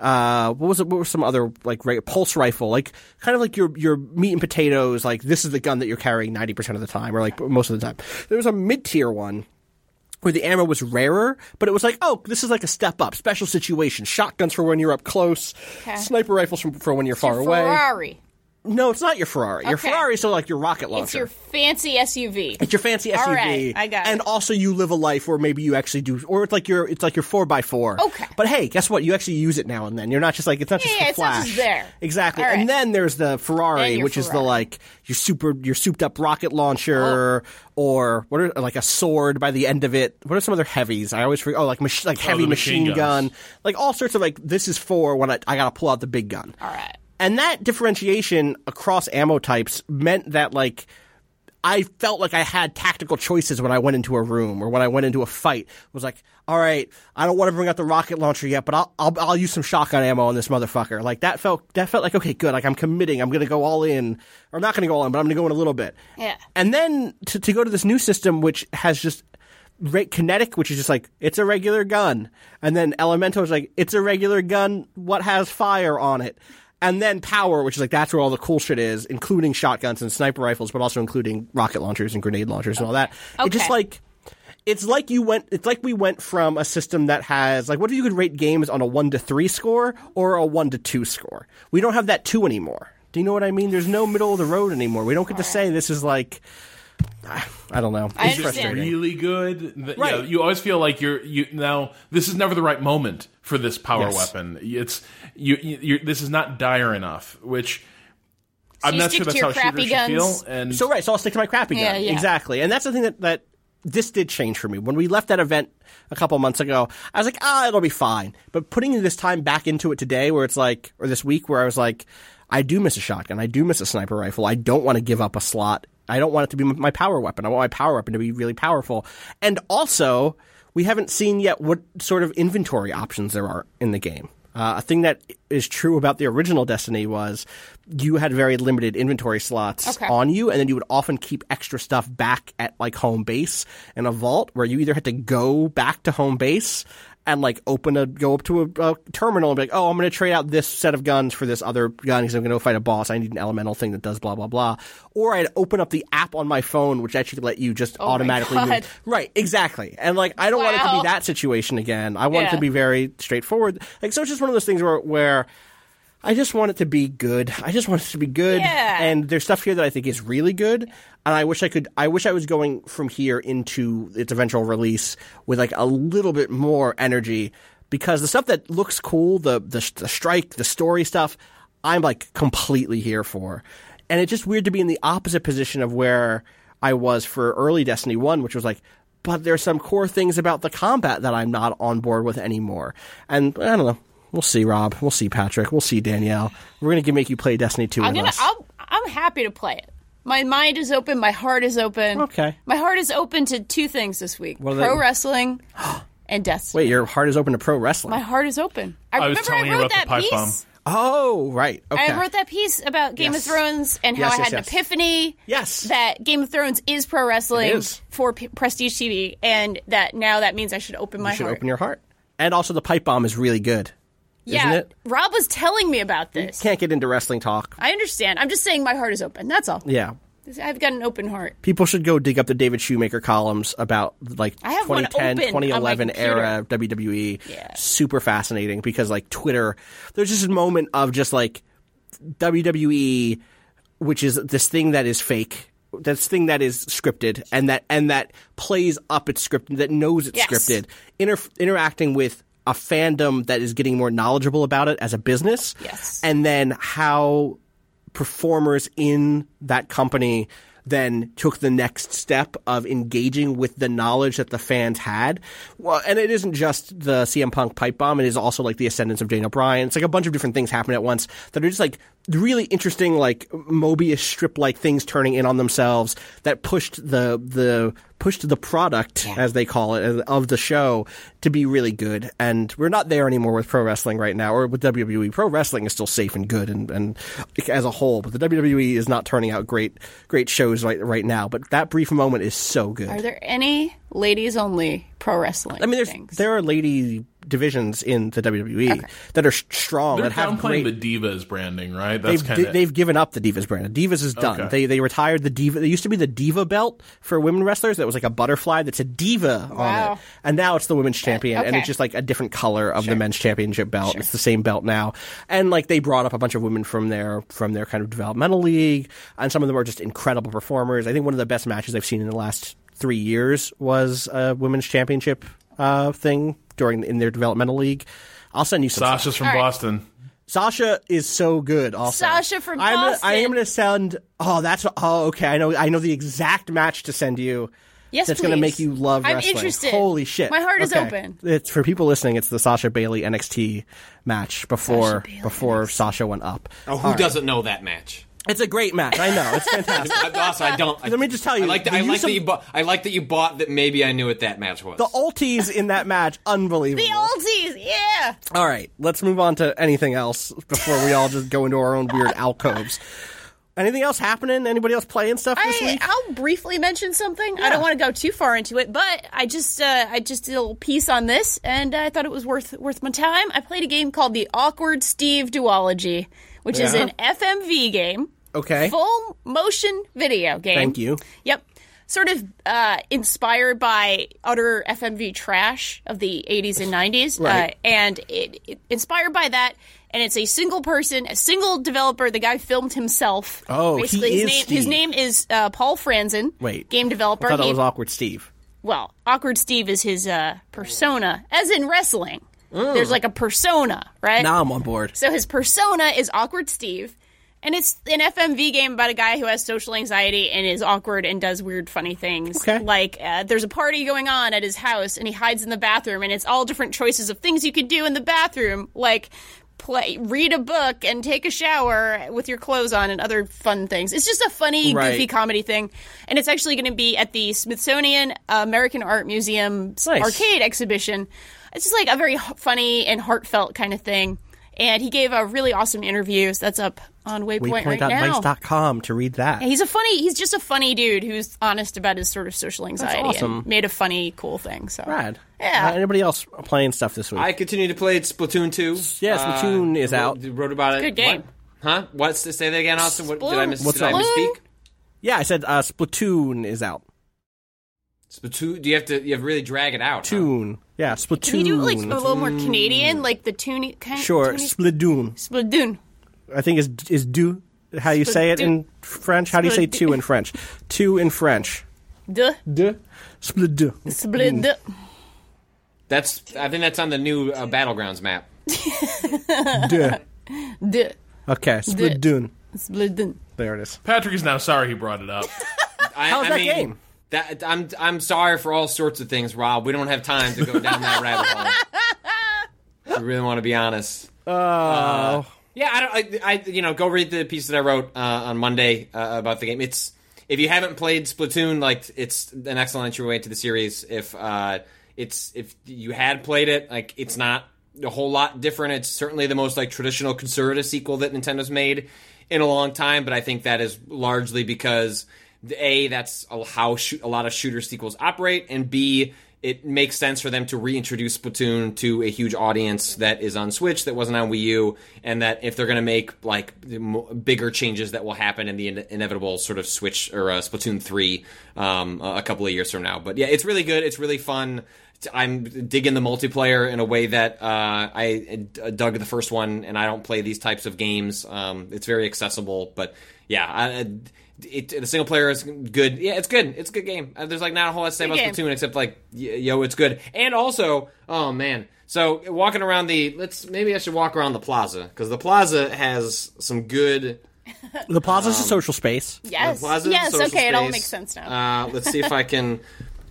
Speaker 2: uh, what was it? What were some other like re- pulse rifle? Like kind of like your your meat and potatoes. Like this is the gun that you're carrying ninety percent of the time, or like most of the time. There was a mid tier one where the ammo was rarer, but it was like, oh, this is like a step up, special situation. Shotguns for when you're up close, sniper rifles from, for when you're far
Speaker 3: Your
Speaker 2: away.
Speaker 3: Ferrari.
Speaker 2: No, it's not your Ferrari. Your
Speaker 3: Okay.
Speaker 2: Ferrari is still like your rocket launcher.
Speaker 3: It's your fancy SUV.
Speaker 2: It's your fancy SUV.
Speaker 3: All right, I got
Speaker 2: And
Speaker 3: it.
Speaker 2: also, you live a life where maybe you actually do, or it's like your it's like your four x four.
Speaker 3: Okay.
Speaker 2: But hey, guess what? You actually use it now and then. You're not just like it's not just
Speaker 3: Yeah,
Speaker 2: the
Speaker 3: yeah, it's not
Speaker 2: flash.
Speaker 3: just there.
Speaker 2: Exactly.
Speaker 3: All right.
Speaker 2: And then there's the
Speaker 3: And
Speaker 2: Ferrari,
Speaker 3: your
Speaker 2: which is the
Speaker 3: Ferrari. Oh.
Speaker 2: like your super your souped up rocket launcher, or what are like a sword by the end of it. What are some other heavies? I always forget. Oh, like mach- like heavy
Speaker 4: the machine
Speaker 2: gun,
Speaker 4: guns.
Speaker 2: like all sorts of like this is for when I, I got to pull out the big gun.
Speaker 3: All right.
Speaker 2: And that differentiation across ammo types meant that like I felt like I had tactical choices when I went into a room or when I went into a fight. I was like, all right, I don't want to bring out the rocket launcher yet, but I'll, I'll I'll use some shotgun ammo on this motherfucker. Like that felt that felt like okay, good. Like I'm committing. I'm gonna go all in. Or I'm not gonna go all in, but I'm gonna go in a little bit.
Speaker 3: Yeah.
Speaker 2: And then to to go to this new system, which has just re- kinetic, which is just like it's a regular gun, and then elemental is like it's a regular gun. What has fire on it? And then power, which is like that's where all the cool shit is, including shotguns and sniper rifles, but also including rocket launchers and grenade launchers and all that. It's just
Speaker 3: Okay.
Speaker 2: like it's like you went. It's like we went from a system that has like what if you could rate games on a one to three score or a one to two score? We don't have that two anymore. Do you know what I mean? There's no middle of the road anymore. We don't get to say this is like I don't know.
Speaker 3: I
Speaker 2: It's
Speaker 3: understand.
Speaker 2: frustrating.
Speaker 4: Really good. Th-
Speaker 2: Right.
Speaker 4: Yeah, you always feel like you're you now. This is never the right moment for this power
Speaker 2: Yes.
Speaker 4: weapon. It's you. you you're, this is not dire enough. Which I'm
Speaker 3: you
Speaker 4: not
Speaker 3: stick
Speaker 4: sure
Speaker 3: to
Speaker 4: that's
Speaker 3: your
Speaker 4: how
Speaker 3: crappy
Speaker 4: shooters should
Speaker 3: guns.
Speaker 4: feel. And
Speaker 2: So right, so I'll stick to my crappy gun.
Speaker 3: Yeah, yeah.
Speaker 2: Exactly. And that's the thing that, that this did change for me. When we left that event a couple months ago, I was like, ah, it'll be fine. But putting this time back into it today where it's like or this week where I was like, I do miss a shotgun, I do miss a sniper rifle, I don't want to give up a slot. I don't want it to be m- my power weapon. I want my power weapon to be really powerful. And also, we haven't seen yet what sort of inventory options there are in the game. Uh, a thing that is true about the original Destiny was you had very limited inventory slots
Speaker 3: Okay.
Speaker 2: on you, and then you would often keep extra stuff back at like home base in a vault where you either had to go back to home base and like open a go up to a, a terminal and be like, oh, I'm going to trade out this set of guns for this other gun because I'm going to go fight a boss. I need an elemental thing that does blah blah blah. Or I'd open up the app on my phone, which actually let you just automatically
Speaker 3: Oh God.
Speaker 2: move. Right, exactly. And like, I don't want it to
Speaker 3: Wow.
Speaker 2: be that situation again. I want it
Speaker 3: Yeah.
Speaker 2: to be very straightforward. Like, so it's just one of those things where where. I just want it to be good. I just want it to be good.
Speaker 3: Yeah.
Speaker 2: And there's stuff here that I think is really good. And I wish I could I wish I was going from here into its eventual release with like a little bit more energy because the stuff that looks cool, the the, the strike, the story stuff, I'm like completely here for. And it's just weird to be in the opposite position of where I was for early Destiny 1, which was like but there's some core things about the combat that I'm not on board with anymore. And I don't know. We'll see, Rob. We'll see, Patrick. We'll see, Danielle. We're gonna make you play Destiny Two
Speaker 3: I'm
Speaker 2: with
Speaker 3: gonna.
Speaker 2: us.
Speaker 3: I'll, I'm happy to play it. My mind is open. My heart is open.
Speaker 2: Okay.
Speaker 3: My heart is open to two things this week:
Speaker 2: What are they-
Speaker 3: pro wrestling and Destiny.
Speaker 2: Wait, your heart is open to pro
Speaker 3: My
Speaker 2: wrestling.
Speaker 3: heart is open. I,
Speaker 6: was
Speaker 3: remember
Speaker 6: telling
Speaker 3: I
Speaker 6: you
Speaker 3: wrote
Speaker 6: about the
Speaker 3: that
Speaker 6: pipe
Speaker 3: piece.
Speaker 6: bomb.
Speaker 2: Oh, right. Okay.
Speaker 3: I wrote that piece about Game
Speaker 2: Yes.
Speaker 3: of Thrones and how
Speaker 2: Yes,
Speaker 3: I
Speaker 2: yes,
Speaker 3: had an
Speaker 2: yes.
Speaker 3: epiphany.
Speaker 2: Yes.
Speaker 3: That Game of Thrones is pro wrestling
Speaker 2: It is.
Speaker 3: for P- Prestige TV, and that now that means I should open my
Speaker 2: you should
Speaker 3: heart.
Speaker 2: open your heart. And also, the pipe bomb is really good.
Speaker 3: yeah.
Speaker 2: isn't it?
Speaker 3: Rob was telling me about
Speaker 2: You
Speaker 3: this.
Speaker 2: can't get into wrestling talk.
Speaker 3: I understand. I'm just saying my heart is open. That's all.
Speaker 2: Yeah.
Speaker 3: I've got an open heart.
Speaker 2: People should go dig up the David Shoemaker columns about like
Speaker 3: I have one
Speaker 2: 2010,
Speaker 3: open on my
Speaker 2: 2011
Speaker 3: computer.
Speaker 2: era WWE.
Speaker 3: Yeah.
Speaker 2: E. Super fascinating because like Twitter, there's just a moment of just like WWE, which is this thing that is fake. This thing that is scripted and that and that plays up its script that knows it's
Speaker 3: Yes.
Speaker 2: scripted, inter- interacting with a fandom that is getting more knowledgeable about it as a business,
Speaker 3: Yes.
Speaker 2: and then how performers in that company then took the next step of engaging with the knowledge that the fans had. Well, and it isn't just the CM Punk pipe bomb; it is also like the ascendance of Jane O'Brien. It's like a bunch of different things happening at once that are just like really interesting, like Mobius strip like things turning in on themselves that pushed the the pushed the product as they call it of the show to be really good and we're not there anymore with pro wrestling right now or with WWE pro wrestling is still safe and good and, and as a whole but the WWE is not turning out great great shows right right now but that brief moment is so good
Speaker 3: Are there any ladies only pro wrestling?
Speaker 2: I mean there's
Speaker 3: things?
Speaker 2: there are lady divisions in the WWE that are s- strong
Speaker 4: They're
Speaker 2: Oh, that have
Speaker 4: downplaying
Speaker 2: great
Speaker 4: the divas branding, right? That's
Speaker 2: They've,
Speaker 4: kind
Speaker 2: di-
Speaker 4: of
Speaker 2: they've given up the Divas brand. Divas is done.
Speaker 4: Okay.
Speaker 2: They they retired the Diva. There used to be the Diva belt for women wrestlers that was like a butterfly that said Diva on
Speaker 3: Wow.
Speaker 2: it. And now it's the women's champion and
Speaker 3: okay.
Speaker 2: it's just like a different color of the men's championship belt. It's the same belt now. And like they brought up a bunch of women from their from their kind of developmental league and some of them are just incredible performers. I think one of the best matches I've seen in the last 3 years was a women's championship uh, thing during in their developmental league. I'll send you some
Speaker 4: Sasha's from
Speaker 3: All right.
Speaker 4: Boston.
Speaker 2: Sasha is so good. Also,
Speaker 3: Sasha from
Speaker 2: I'm gonna- I am
Speaker 3: Boston.
Speaker 2: going to sound. Oh, that's. Oh, okay. I know. I know the exact match to send you.
Speaker 3: Yes,
Speaker 2: that's gonna
Speaker 3: please.
Speaker 2: make you love
Speaker 3: I'm
Speaker 2: wrestling.
Speaker 3: interested.
Speaker 2: Holy shit!
Speaker 3: My heart is
Speaker 2: Okay.
Speaker 3: open.
Speaker 2: It's for people listening. It's the Sasha Bailey NXT match before before Sasha went up.
Speaker 5: Oh, who doesn't know that match?
Speaker 2: It's a great match. I know. It's fantastic.
Speaker 5: I- also, I don't. I,
Speaker 2: Let me just tell you,
Speaker 5: I like, that,
Speaker 2: the
Speaker 5: I
Speaker 2: use
Speaker 5: like
Speaker 2: of-
Speaker 5: that you bought. I like that you bought that. Maybe I knew what that match was.
Speaker 2: the ulties in that match, unbelievable.
Speaker 3: the oldies, yeah.
Speaker 2: All right, let's move on to anything else before we all just go into our own weird alcoves. Anything else happening? Anybody else playing stuff this
Speaker 3: I,
Speaker 2: week?
Speaker 3: I'll briefly mention something. I don't want to go too far into it, but I just uh, I just did a little piece on this, and I thought it was worth worth my time. I played a game called the Awkward Steve Duology, which is an FMV game,
Speaker 2: Okay.
Speaker 3: full motion video game.
Speaker 2: Thank you.
Speaker 3: Yep. Sort of uh, inspired by utter FMV trash of the 80s and 90s.
Speaker 2: Right.
Speaker 3: Uh, and it, it- inspired by that. And it's a single person, a single developer. The guy filmed himself.
Speaker 2: Oh, he
Speaker 3: basically
Speaker 2: is
Speaker 3: his name.
Speaker 2: Steve.
Speaker 3: His name is uh, Paul Franzen.
Speaker 2: Wait.
Speaker 3: game developer.
Speaker 2: I thought that
Speaker 3: He-
Speaker 2: was awkward, Steve.
Speaker 3: well, awkward Steve is his uh, persona, as in wrestling. There's like a persona, right?
Speaker 2: Oh. Now I'm on board.
Speaker 3: So his persona is awkward Steve, and it's an FMV game about a guy who has social anxiety and is awkward and does weird, funny things.
Speaker 2: Okay.
Speaker 3: Like uh, there's a party going on at his house, and he hides in the bathroom, and it's all different choices of things you could do in the bathroom, like play, read a book, and take a shower with your clothes on, and other fun things. It's just a funny,
Speaker 2: Right.
Speaker 3: goofy comedy thing, and it's actually going to be at the Smithsonian American Art Museum
Speaker 2: Nice.
Speaker 3: arcade exhibition. It's just like a very h- funny and heartfelt kind of thing. And he gave a really awesome interview. So that's up on Waypoint right now.
Speaker 2: Waypoint.mice.com to read that.
Speaker 3: Yeah, he's a funny. He's just a funny dude who's honest about his sort of social anxiety
Speaker 2: awesome.
Speaker 3: and made a funny, cool thing. So
Speaker 2: Rad.
Speaker 3: Yeah.
Speaker 2: Uh, anybody else playing stuff this week?
Speaker 5: I continue to play Splatoon two. Uh,
Speaker 2: yeah, Splatoon is out.
Speaker 5: Wrote, wrote about it.
Speaker 3: Good game.
Speaker 5: What? Huh? What's to say that again, Austin? What, did I miss?
Speaker 3: What's
Speaker 5: did I
Speaker 3: up?
Speaker 5: misspeak?
Speaker 2: yeah, I said uh, Splatoon is out.
Speaker 5: Splatoon. Do you have to? You have to really drag it out. huh?
Speaker 2: Toon. Yeah, Splatoon.
Speaker 3: Can you do like a little more Canadian, like the toonie kind?
Speaker 2: sure,
Speaker 3: toonie-
Speaker 2: Splatoon.
Speaker 3: Splatoon.
Speaker 2: I think is is do how you say it in French. How do you say
Speaker 3: Splatoon.
Speaker 2: two in French? Two in French.
Speaker 3: Duh.
Speaker 2: De. Splatoon.
Speaker 3: Split. duh.
Speaker 5: That's. I think that's on the new uh, battlegrounds map.
Speaker 2: De.
Speaker 3: Duh.
Speaker 2: Okay, Splatoon.
Speaker 3: Splatoon.
Speaker 2: There it is.
Speaker 4: Patrick is now sorry he brought it up.
Speaker 5: I,
Speaker 2: How's
Speaker 5: I
Speaker 2: that
Speaker 5: mean,
Speaker 2: game?
Speaker 5: That, I'm I'm sorry for all sorts of things, Rob. We don't have time to go down that rabbit hole. we really want to be honest. Oh. yeah, I don't. I, I you know go read the piece that I wrote uh, on Monday uh, about the game. It's if you haven't played Splatoon, like it's an excellent entryway to the series. If uh, it's if you had played it, like it's not a whole lot different. It's certainly the most like traditional conservative sequel that Nintendo's made in a long time, but I think that is largely because a that's how shoot, a lot of shooter sequels operate, and b it makes sense for them to reintroduce Splatoon to a huge audience that is on Switch that wasn't on Wii U, and that if they're going to make like m- bigger changes that will happen in the in- inevitable sort of Switch or uh, Splatoon three um, a a couple of years from now. But yeah, it's really good. It's really fun. T- I'm digging the multiplayer in a way that uh, I uh, dug the first one, and I don't play these types of games. Um, it's very accessible, but yeah, I, it, the single player is good. Yeah, it's good. It's a good game. Uh, There's like not a whole lot to say about
Speaker 3: game.
Speaker 5: Splatoon except like y- yo, it's good. And also, oh man, so walking around the let's maybe I should walk around the plaza because the plaza has some good.
Speaker 2: The plaza's
Speaker 3: Um,
Speaker 2: a social space.
Speaker 3: Yes.
Speaker 5: the plaza is a
Speaker 3: yes. Okay.
Speaker 5: social
Speaker 3: It all
Speaker 5: space.
Speaker 3: makes sense
Speaker 5: Uh,
Speaker 3: now.
Speaker 5: let's see if I can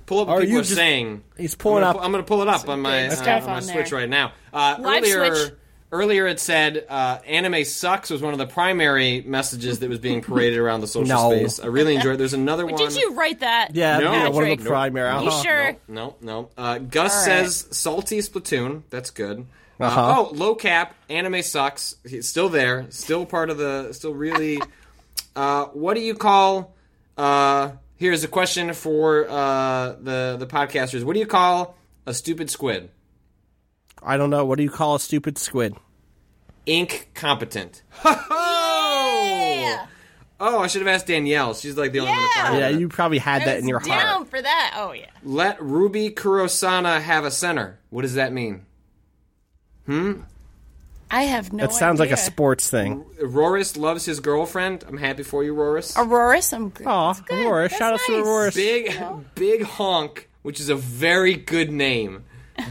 Speaker 5: pull up what
Speaker 2: Are
Speaker 5: people
Speaker 2: you
Speaker 5: are
Speaker 2: just-
Speaker 5: saying.
Speaker 2: he's pulling
Speaker 5: I'm gonna
Speaker 2: up-
Speaker 5: pu- I'm going to pull it up on my,
Speaker 3: good
Speaker 5: uh,
Speaker 3: stuff
Speaker 5: on my
Speaker 3: on
Speaker 5: Switch
Speaker 3: there.
Speaker 5: right now. Uh,
Speaker 3: Live
Speaker 5: earlier,
Speaker 3: Switch.
Speaker 5: earlier it said uh, anime sucks was one of the primary messages that was being paraded around the social
Speaker 2: No.
Speaker 5: space. I really enjoyed. it. There's another one.
Speaker 3: Did you write that?
Speaker 2: Yeah,
Speaker 5: No.
Speaker 2: yeah, one of
Speaker 3: Patrick.
Speaker 2: the primary.
Speaker 3: You
Speaker 2: uh-huh.
Speaker 3: sure?
Speaker 5: No, no. Uh, Gus
Speaker 3: All right.
Speaker 5: says salty Splatoon. That's good. Uh,
Speaker 2: Uh-huh.
Speaker 5: oh, low cap anime sucks. He's still there. Still part of the. Still really. uh, what do you call? Uh, here's a question for uh, the the podcasters. What do you call a stupid squid?
Speaker 2: I don't know. What do you call a stupid squid?
Speaker 5: Ink competent. Oh, I should have asked Danielle. She's like the only one.
Speaker 3: Uh,
Speaker 5: That thought of
Speaker 2: Yeah,
Speaker 5: it.
Speaker 2: you probably had that in your
Speaker 3: down
Speaker 2: heart.
Speaker 3: for that. Oh yeah.
Speaker 5: Let Ruby Kurosana have a center. What does that mean?
Speaker 3: I have no.
Speaker 2: That sounds like a
Speaker 3: idea.
Speaker 2: sports thing.
Speaker 5: Roris loves his girlfriend. I'm happy for you, Roris.
Speaker 3: Auroras. I'm good.
Speaker 2: Aw,
Speaker 3: That's good.
Speaker 2: Oh, Aurora.
Speaker 3: That's
Speaker 2: Shout out to
Speaker 3: nice.
Speaker 2: Aurora.
Speaker 5: Big Big Honk, which is a very good name.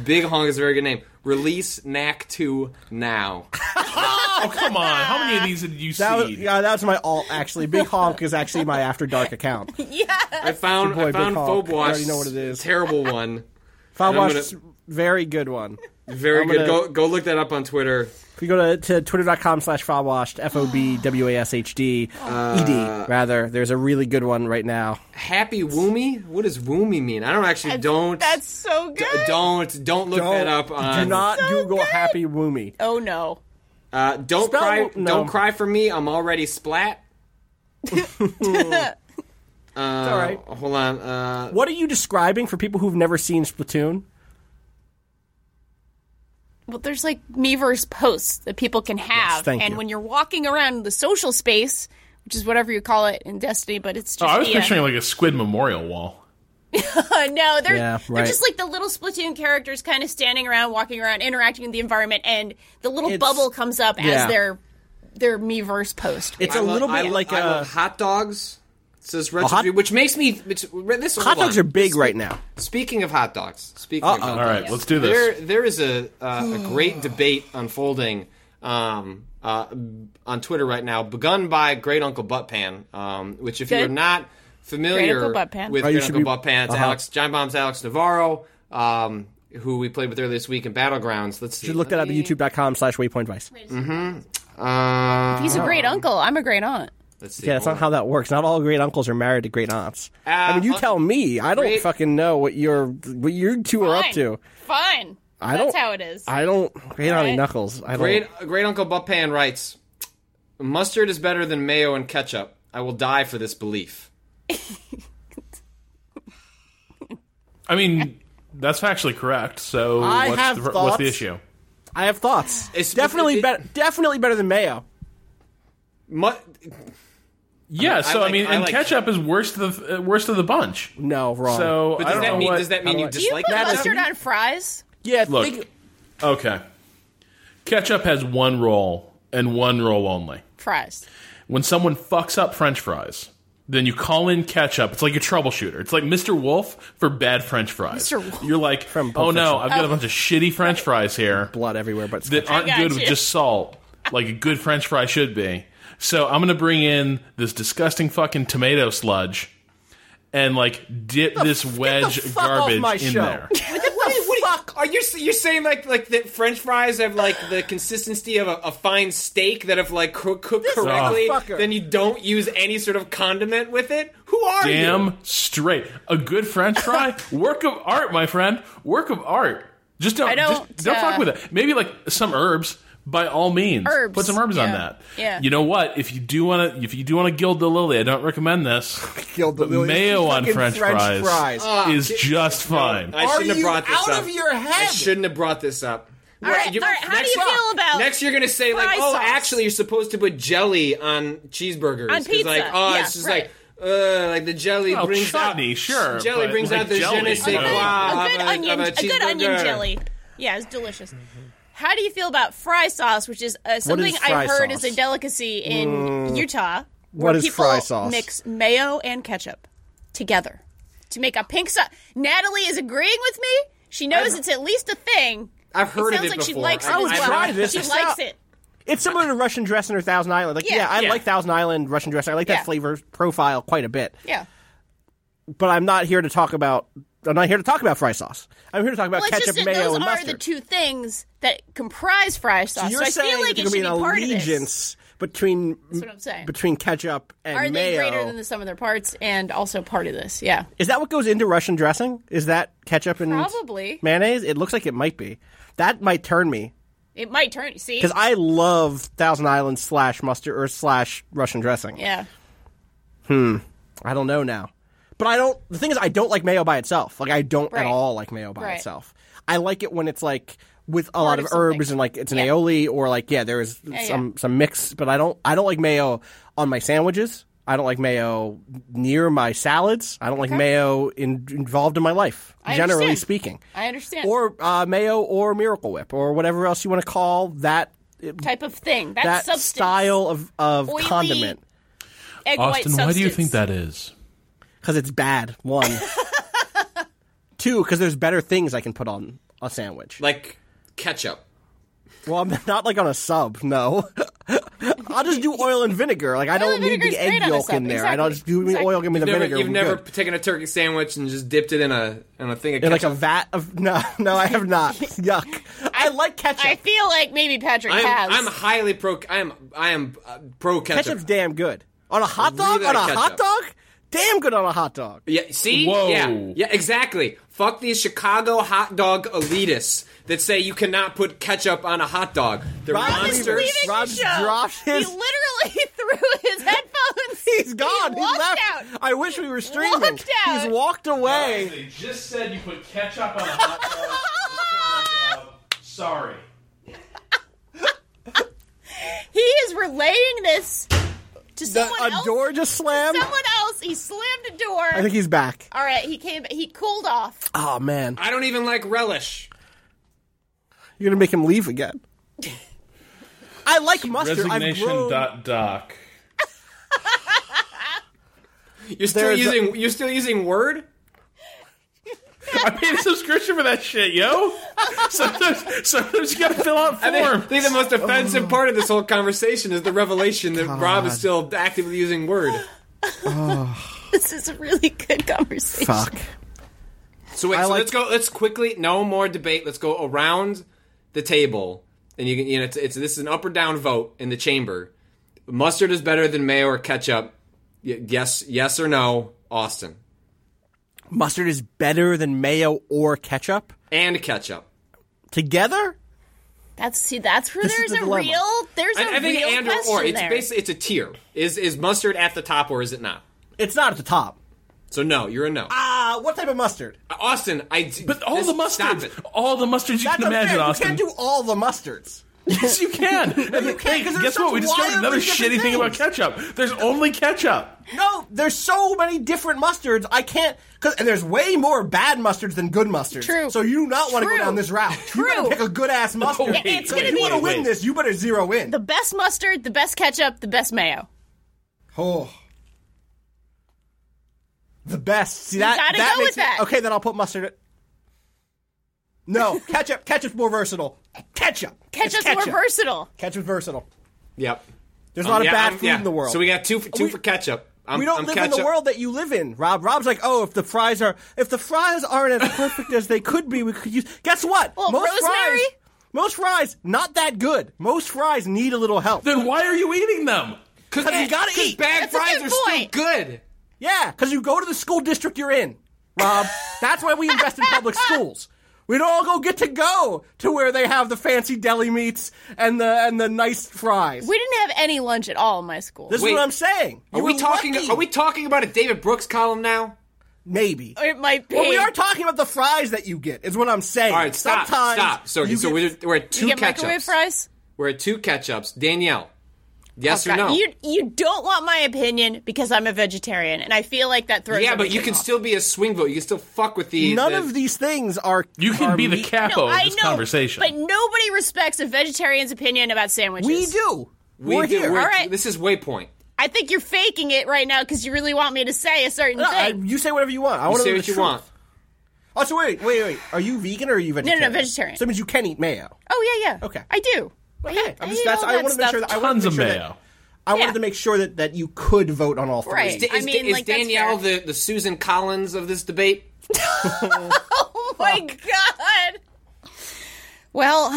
Speaker 5: Big Honk is a very good name. Release Knack 2 now.
Speaker 4: Oh, come on. How many of these did you
Speaker 2: That was,
Speaker 4: see?
Speaker 2: yeah, that was my alt, actually. Big Honk is actually my After Dark account.
Speaker 5: I found
Speaker 2: Your boy,
Speaker 5: I found
Speaker 2: Big Honk. I
Speaker 5: Phobos.
Speaker 2: already know what it is.
Speaker 5: Terrible one.
Speaker 2: Found
Speaker 5: I'm
Speaker 2: Watch's very good one.
Speaker 5: Very
Speaker 2: I'm
Speaker 5: good.
Speaker 2: gonna-
Speaker 5: Go go look that up on Twitter.
Speaker 2: If you go to, to twitter.com slash fobwashed, F-O-B-W-A-S-H-D, E-D, E rather, there's a really good one right now.
Speaker 5: Happy Woomy? What does Woomy mean? I don't actually don't
Speaker 3: That's so
Speaker 5: d-
Speaker 3: good.
Speaker 5: don't don't look that up on
Speaker 2: do not
Speaker 3: So
Speaker 2: Google
Speaker 3: good.
Speaker 2: Happy Woomy.
Speaker 3: oh no.
Speaker 5: uh, don't
Speaker 2: Spell-
Speaker 5: cry
Speaker 2: no.
Speaker 5: don't cry for me. I'm already splat. Uh,
Speaker 2: It's all right.
Speaker 5: Hold on. Uh,
Speaker 2: What are you describing for people who've never seen Splatoon?
Speaker 3: Well, there's like Meverse posts that people can have,
Speaker 2: thank
Speaker 3: and
Speaker 2: you.
Speaker 3: when you're walking around the social space, which is whatever you call it in Destiny, but it's just uh,
Speaker 4: oh, I was
Speaker 3: yeah.
Speaker 4: picturing like a squid memorial wall.
Speaker 3: Uh, no, they're
Speaker 2: Yeah,
Speaker 3: they're
Speaker 2: right.
Speaker 3: just like the little Splatoon characters, kind of standing around, walking around, interacting with the environment, and the little
Speaker 2: It's-
Speaker 3: bubble comes up
Speaker 2: yeah.
Speaker 3: as their their Meverse post.
Speaker 2: It's
Speaker 5: I
Speaker 2: a
Speaker 5: love-
Speaker 2: little
Speaker 5: I
Speaker 2: bit
Speaker 5: lo-
Speaker 2: like
Speaker 5: I
Speaker 2: a-
Speaker 5: love hot dogs. It says retro,
Speaker 2: hot-
Speaker 5: which makes me which, this
Speaker 2: Hot dogs are big right now.
Speaker 5: Speaking of hot dogs, speaking of hot
Speaker 4: All
Speaker 5: dogs,
Speaker 4: right, let's do this.
Speaker 5: there there is a uh, a great debate unfolding um, uh, on Twitter right now, begun by Great Uncle Buttpan. Um, which, if
Speaker 3: Good.
Speaker 5: you're not familiar
Speaker 3: Great
Speaker 5: with
Speaker 3: Uncle Buttpan.
Speaker 5: Great
Speaker 2: Oh, you should
Speaker 5: Uncle
Speaker 2: be-
Speaker 5: Buttpan, it's
Speaker 2: uh-huh.
Speaker 5: Alex John Bomb's Alex Navarro, um, who we played with earlier this week in Battlegrounds. Let's see.
Speaker 2: You should look that up at youtube.com slash waypoint vice.
Speaker 5: Uh,
Speaker 3: He's a great uncle. I'm a great aunt.
Speaker 5: let's see.
Speaker 2: Yeah, that's
Speaker 5: Hold
Speaker 2: not how that works. Not all great uncles are married to great aunts. I mean, you
Speaker 5: uh,
Speaker 2: tell me. I don't
Speaker 5: great-
Speaker 2: fucking know what you're what you two are up
Speaker 3: Fine.
Speaker 2: to.
Speaker 3: Fine.
Speaker 2: I
Speaker 3: That's
Speaker 2: don't-
Speaker 3: how it is.
Speaker 2: I don't. Great auntie Knuckles. I don't.
Speaker 5: Great, great Uncle Buttpan writes, "Mustard is better than mayo and ketchup. I will die for this belief."
Speaker 4: I mean, that's factually correct. So
Speaker 2: I
Speaker 4: what's,
Speaker 2: have
Speaker 4: the, what's
Speaker 2: thoughts.
Speaker 4: the issue?
Speaker 2: I have thoughts.
Speaker 5: It's-
Speaker 2: definitely
Speaker 5: it-
Speaker 2: better. Definitely better than mayo.
Speaker 5: Mu-
Speaker 4: Yeah.
Speaker 5: I
Speaker 4: so I
Speaker 5: like-
Speaker 4: mean,
Speaker 5: I
Speaker 4: and
Speaker 5: like-
Speaker 4: ketchup is worst of the uh, worst of the bunch.
Speaker 2: No, wrong.
Speaker 4: So
Speaker 5: but
Speaker 4: I
Speaker 5: does
Speaker 4: don't
Speaker 5: that
Speaker 4: know
Speaker 5: mean
Speaker 4: what-
Speaker 5: does that mean you
Speaker 3: Do you
Speaker 5: dislike
Speaker 3: put
Speaker 2: that is-
Speaker 3: mustard on fries?
Speaker 2: yeah,
Speaker 4: Look,
Speaker 2: think,
Speaker 4: okay. Ketchup has one role and one role only.
Speaker 3: Fries.
Speaker 4: When someone fucks up French fries, then you call in ketchup. It's like a troubleshooter. It's like Mr. Wolf for bad French fries.
Speaker 3: Mr. Wolf.
Speaker 4: You're like,
Speaker 2: From Pulp
Speaker 4: oh no,
Speaker 2: Fiction.
Speaker 4: I've got a bunch of shitty French fries here
Speaker 2: blood everywhere, but
Speaker 4: that aren't
Speaker 3: got
Speaker 4: good
Speaker 3: you.
Speaker 4: with just salt, like a good French fry should be. So I'm gonna bring in this disgusting fucking tomato sludge, and like dip this wedge
Speaker 2: fuck off
Speaker 4: garbage
Speaker 2: my
Speaker 4: in
Speaker 2: show.
Speaker 4: there.
Speaker 2: what the fuck
Speaker 5: Are you you're saying like like that French fries have like the consistency of a, a fine steak that if like cooked cook correctly,
Speaker 2: motherfucker.
Speaker 5: then you don't use any sort of condiment with it? Who are you?
Speaker 4: Damn straight. A good French fry, work of art, my friend. Work of art. Just don't.
Speaker 3: I
Speaker 4: just
Speaker 3: don't,
Speaker 4: don't
Speaker 3: uh,
Speaker 4: fuck with it. Maybe like some herbs. By all means,
Speaker 3: Herbs,
Speaker 4: put some herbs on
Speaker 3: yeah,
Speaker 4: that.
Speaker 3: yeah.
Speaker 4: You know what? If you do want to, if you do want to gild the lily, I don't recommend this.
Speaker 2: Killed the
Speaker 4: But
Speaker 2: lily.
Speaker 4: mayo on
Speaker 2: Fucking
Speaker 4: French, fries,
Speaker 2: fries. Ah,
Speaker 4: is just fine.
Speaker 5: I shouldn't have
Speaker 2: you
Speaker 5: brought this
Speaker 2: out
Speaker 5: up.
Speaker 2: of your head?
Speaker 5: I shouldn't have brought this up.
Speaker 3: All right, all right, how do you feel about
Speaker 5: next? You're gonna say like,
Speaker 3: fry
Speaker 5: oh,
Speaker 3: sauce?
Speaker 5: actually, you're supposed to put jelly on cheeseburgers.
Speaker 3: On
Speaker 5: 'Cause,
Speaker 3: pizza,
Speaker 5: Like, oh,
Speaker 3: yeah,
Speaker 5: it's just
Speaker 3: right.
Speaker 5: like. Uh, like the jelly
Speaker 4: Oh,
Speaker 5: brings
Speaker 4: chutney,
Speaker 5: out
Speaker 4: sure,
Speaker 5: jelly
Speaker 4: but,
Speaker 5: brings
Speaker 4: like,
Speaker 5: out the
Speaker 4: jelly,
Speaker 5: je ne sais
Speaker 4: you
Speaker 5: quoi
Speaker 4: know.
Speaker 3: a
Speaker 5: of
Speaker 3: good
Speaker 5: a,
Speaker 3: onion,
Speaker 5: of
Speaker 3: a good onion
Speaker 5: cheeseburger.
Speaker 3: jelly. Yeah, it's delicious. How do you feel about fry sauce, which is uh, something
Speaker 2: fry
Speaker 3: I've heard is
Speaker 2: sauce?
Speaker 3: a delicacy in Utah, where
Speaker 2: What is
Speaker 3: people
Speaker 2: fry sauce?
Speaker 3: mix mayo and ketchup together to make a pink sauce. Natalie is agreeing with me. She knows it's at least a thing.
Speaker 5: I've heard of
Speaker 3: it sounds
Speaker 5: it
Speaker 3: like she
Speaker 5: before.
Speaker 3: likes it
Speaker 5: I
Speaker 3: as
Speaker 5: would
Speaker 3: well.
Speaker 2: try this.
Speaker 3: She
Speaker 2: It's not-
Speaker 3: likes it.
Speaker 2: It's similar to Russian dressing or Thousand Island. Like, yeah,
Speaker 3: Yeah.
Speaker 2: I
Speaker 3: Yeah.
Speaker 2: like Thousand Island Russian dressing. I like
Speaker 3: Yeah.
Speaker 2: that flavor profile quite a bit.
Speaker 3: Yeah.
Speaker 2: But I'm not here to talk about. I'm not here to talk about fry sauce. I'm here to talk about
Speaker 3: Well, it's
Speaker 2: ketchup,
Speaker 3: just that
Speaker 2: mayo,
Speaker 3: those
Speaker 2: and
Speaker 3: are
Speaker 2: mustard.
Speaker 3: the two things that comprise fry
Speaker 2: So
Speaker 3: sauce.
Speaker 2: you're
Speaker 3: so I
Speaker 2: saying
Speaker 3: feel like
Speaker 2: there's
Speaker 3: it
Speaker 2: gonna
Speaker 3: should
Speaker 2: be
Speaker 3: be
Speaker 2: an
Speaker 3: part of this.
Speaker 2: allegiance between
Speaker 3: That's what I'm saying.
Speaker 2: between ketchup and
Speaker 3: Are
Speaker 2: mayo?
Speaker 3: they greater than the sum of their parts and also part of this? Yeah.
Speaker 2: Is that what goes into Russian dressing? Is that ketchup and
Speaker 3: Probably.
Speaker 2: mayonnaise? It looks like it might be. That might turn me
Speaker 3: It might turn. See?
Speaker 2: because I love Thousand Island slash mustard or slash Russian dressing.
Speaker 3: yeah.
Speaker 2: I don't know now, but I don't. The thing is, I don't like mayo by itself. Like I don't
Speaker 3: Right.
Speaker 2: at all like mayo by
Speaker 3: Right.
Speaker 2: itself. I like it when it's like with a lot
Speaker 3: of
Speaker 2: of
Speaker 3: something.
Speaker 2: herbs and like it's an aioli or like yeah, there is some some mix. But I don't I don't like mayo on my sandwiches. I don't like mayo near my salads. I don't like mayo in, involved in my life,
Speaker 3: I
Speaker 2: generally
Speaker 3: understand.
Speaker 2: speaking.
Speaker 3: I understand.
Speaker 2: Or uh, mayo or Miracle Whip or whatever else you want to call that
Speaker 3: type of thing. That,
Speaker 2: that
Speaker 3: substance.
Speaker 2: style of, of
Speaker 3: Oily
Speaker 2: condiment
Speaker 3: Egg white
Speaker 4: Austin,
Speaker 3: substance.
Speaker 4: why do you think that is?
Speaker 2: because it's bad. One, two, because there's better things I can put on a sandwich.
Speaker 5: Like ketchup.
Speaker 2: Well, I'm not like on a sub. No, I'll just do oil and vinegar. Like I don't
Speaker 3: and
Speaker 2: need
Speaker 3: vinegar's
Speaker 2: the egg
Speaker 3: great on a
Speaker 2: yolk
Speaker 3: sub,
Speaker 2: in there. I don't
Speaker 3: exactly,
Speaker 2: just do me
Speaker 3: exactly.
Speaker 2: oil. Give me the
Speaker 5: Never-
Speaker 2: vinegar.
Speaker 5: you've
Speaker 2: we're
Speaker 5: never
Speaker 2: good.
Speaker 5: taken a turkey sandwich and just dipped it in a in a thing of
Speaker 2: in like
Speaker 5: ketchup.
Speaker 2: a vat of no, no, I have not. Yuck. I like ketchup.
Speaker 3: I feel like maybe Patrick has.
Speaker 5: I'm, I'm highly pro. I am I am uh, pro ketchup.
Speaker 2: Ketchup's damn good on a hot dog.
Speaker 5: really
Speaker 2: on a
Speaker 5: like
Speaker 2: hot
Speaker 5: ketchup.
Speaker 2: dog, damn good on a hot dog.
Speaker 5: Yeah, see?
Speaker 4: Whoa.
Speaker 5: Yeah, yeah, exactly. Fuck these Chicago hot dog elitists that say you cannot put ketchup on a hot dog. They're
Speaker 2: Rob is
Speaker 3: He's
Speaker 5: monsters.
Speaker 3: leaving
Speaker 2: Rob's
Speaker 3: the show.
Speaker 2: dropped his-
Speaker 3: He literally threw his headphones.
Speaker 2: He's gone.
Speaker 3: He
Speaker 2: He,
Speaker 3: walked
Speaker 2: left.
Speaker 3: out.
Speaker 2: I wish we were streaming.
Speaker 3: Walked out.
Speaker 2: He's walked away.
Speaker 4: They just said you put ketchup on a hot dog. Sorry.
Speaker 3: He is relaying this to
Speaker 2: The-
Speaker 3: someone
Speaker 2: a
Speaker 3: else.
Speaker 2: door just slammed.
Speaker 3: Someone else. He slammed a door.
Speaker 2: I think he's back.
Speaker 3: All right. He came. He cooled off.
Speaker 2: Oh man,
Speaker 5: I don't even like relish.
Speaker 2: you're gonna make him leave again. I like mustard. I've
Speaker 4: Resignation
Speaker 2: grown.
Speaker 4: dot doc.
Speaker 5: You're still
Speaker 2: There's a-
Speaker 5: using you're still using Word.
Speaker 4: I paid a subscription for that shit, yo. Sometimes, sometimes you gotta fill out
Speaker 5: I think, I
Speaker 4: forms.
Speaker 5: think the most offensive part of this whole conversation is the revelation that Rob is still actively using Word.
Speaker 3: This is a really good conversation.
Speaker 2: Fuck.
Speaker 5: So wait,
Speaker 2: I
Speaker 5: so
Speaker 2: like-
Speaker 5: let's go. Let's quickly. No more debate. Let's go around the table, and you can. You know, it's, it's this is an up or down vote in the chamber. Mustard is better than mayo or ketchup. Y- yes, yes or no, Austin
Speaker 2: Mustard is better than mayo or ketchup
Speaker 5: and ketchup.
Speaker 2: together.
Speaker 3: That's see. That's where
Speaker 2: This is
Speaker 3: there's
Speaker 2: the
Speaker 3: a
Speaker 2: dilemma.
Speaker 3: real. There's a
Speaker 5: I, I think
Speaker 3: real
Speaker 5: and or
Speaker 3: question
Speaker 5: or. It's
Speaker 3: there.
Speaker 5: basically it's a tier. Is is mustard at the top or is it not?
Speaker 2: It's not at the top.
Speaker 5: So no, you're a no.
Speaker 2: Uh, what type of mustard?
Speaker 5: Austin, I
Speaker 4: but all
Speaker 5: this-
Speaker 4: the
Speaker 5: Stop
Speaker 4: mustards,
Speaker 5: it.
Speaker 4: all the mustards you
Speaker 2: That's
Speaker 4: can
Speaker 2: unfair.
Speaker 4: imagine,
Speaker 2: You
Speaker 4: Austin.
Speaker 2: can't do all the mustards.
Speaker 4: yes, you can. And
Speaker 2: you can't, 'cause
Speaker 4: hey,
Speaker 2: there's
Speaker 4: guess
Speaker 2: such
Speaker 4: what? We discovered another
Speaker 2: wildly
Speaker 4: shitty
Speaker 2: different
Speaker 4: thing about
Speaker 2: things.
Speaker 4: ketchup. There's only ketchup.
Speaker 2: No, there's so many different mustards. I can't. Cause, and there's way more bad mustards than good mustards.
Speaker 3: True.
Speaker 2: So you do not want to go
Speaker 3: True.
Speaker 2: down this route.
Speaker 3: True.
Speaker 2: You better pick a good ass mustard.
Speaker 4: wait,
Speaker 3: Yeah, it's
Speaker 2: If
Speaker 3: gonna
Speaker 2: you
Speaker 3: be-
Speaker 2: want to
Speaker 4: wait,
Speaker 2: win
Speaker 4: wait.
Speaker 2: this, you better zero in.
Speaker 3: the best mustard, the best ketchup, the best mayo.
Speaker 2: Oh. The best. See
Speaker 3: You
Speaker 2: that?
Speaker 3: gotta
Speaker 2: that
Speaker 3: go
Speaker 2: makes
Speaker 3: with
Speaker 2: me-
Speaker 3: that.
Speaker 2: Okay, then I'll put mustard. No, ketchup. Ketchup's more versatile. Ketchup. It's
Speaker 3: Ketchup's
Speaker 2: ketchup.
Speaker 3: more versatile.
Speaker 2: Ketchup's versatile.
Speaker 5: Yep.
Speaker 2: There's a lot of
Speaker 5: Um, Yeah,
Speaker 2: bad
Speaker 5: I'm-
Speaker 2: food
Speaker 5: yeah.
Speaker 2: in the world.
Speaker 5: So we got two for, two for ketchup. I'm,
Speaker 2: we don't
Speaker 5: I'm
Speaker 2: live in
Speaker 5: catch
Speaker 2: the
Speaker 5: up-
Speaker 2: world that you live in, Rob. Rob's like, oh, if the fries are if the fries aren't as perfect as they could be, we could use. Guess what?
Speaker 3: Well, rosemary?
Speaker 2: fries, most fries not that good. Most fries need a little help.
Speaker 4: Then why are you eating them?
Speaker 2: Because you gotta eat.
Speaker 5: Bag
Speaker 3: That's a
Speaker 5: fries
Speaker 3: good
Speaker 5: are still
Speaker 3: point.
Speaker 5: good.
Speaker 2: Yeah, because you go to the school district you're in, Rob. That's why we invest in public schools. We don't all go get to go to where they have the fancy deli meats and the and the nice fries.
Speaker 3: We didn't have any lunch at all in my school.
Speaker 2: this is
Speaker 5: Wait.
Speaker 2: what I'm saying.
Speaker 5: Are
Speaker 2: You
Speaker 5: we
Speaker 2: were
Speaker 5: talking?
Speaker 2: lucky.
Speaker 5: Are we talking about a David Brooks column now?
Speaker 2: maybe?
Speaker 3: it might be.
Speaker 2: Well, we are talking about the fries that you get. Is what I'm saying.
Speaker 5: All right, stop,
Speaker 2: Sometimes
Speaker 5: stop. So,
Speaker 2: you
Speaker 5: so
Speaker 2: get-
Speaker 5: we're, we're at two
Speaker 3: you get microwave
Speaker 5: ketchups.
Speaker 3: fries. Oh,
Speaker 5: We're at two ketchups. Danielle, yes
Speaker 3: God,
Speaker 5: or no?
Speaker 3: You you don't want my opinion because I'm a vegetarian, and I feel like that throws.
Speaker 5: yeah, but you
Speaker 3: everything
Speaker 5: can
Speaker 3: off.
Speaker 5: still be a swing vote. You can still fuck with the.
Speaker 2: none
Speaker 5: the-
Speaker 2: of these things are.
Speaker 4: You can
Speaker 2: are
Speaker 4: be the
Speaker 2: meat-
Speaker 4: capo
Speaker 3: I
Speaker 4: of this
Speaker 3: know,
Speaker 4: conversation.
Speaker 3: but nobody respects a vegetarian's opinion about sandwiches.
Speaker 2: We do.
Speaker 5: We
Speaker 2: are
Speaker 5: do-
Speaker 2: here.
Speaker 5: we're-
Speaker 3: All right.
Speaker 5: This is Waypoint.
Speaker 3: I think you're faking it right now because you really want me to say a certain
Speaker 2: No, I-
Speaker 3: thing.
Speaker 2: you say whatever you want. I
Speaker 5: You
Speaker 2: want to
Speaker 5: say
Speaker 2: know
Speaker 5: what
Speaker 2: the
Speaker 5: you
Speaker 2: truth.
Speaker 5: want.
Speaker 2: Oh, so wait, wait, wait. Are you vegan or are you
Speaker 3: no,
Speaker 2: vegetarian?
Speaker 3: vegetarian.
Speaker 2: So that means you can eat mayo.
Speaker 3: oh yeah, yeah.
Speaker 2: Okay.
Speaker 3: I do. I
Speaker 2: Okay,
Speaker 3: hate-
Speaker 2: I'm
Speaker 3: I
Speaker 2: just,
Speaker 3: hate
Speaker 2: that's,
Speaker 3: all
Speaker 2: I
Speaker 3: that
Speaker 2: wanted to make sure
Speaker 3: stuff.
Speaker 2: that I wanted
Speaker 4: Tons
Speaker 2: to
Speaker 4: of
Speaker 2: make sure
Speaker 4: mayo.
Speaker 2: That, I wanted
Speaker 3: Yeah.
Speaker 2: to make sure that, that you could vote on all three.
Speaker 3: Right.
Speaker 5: Is,
Speaker 3: I
Speaker 5: is-
Speaker 3: mean,
Speaker 5: is
Speaker 3: like, that's
Speaker 5: Danielle the, the Susan Collins of this debate?
Speaker 3: Oh my god. Well,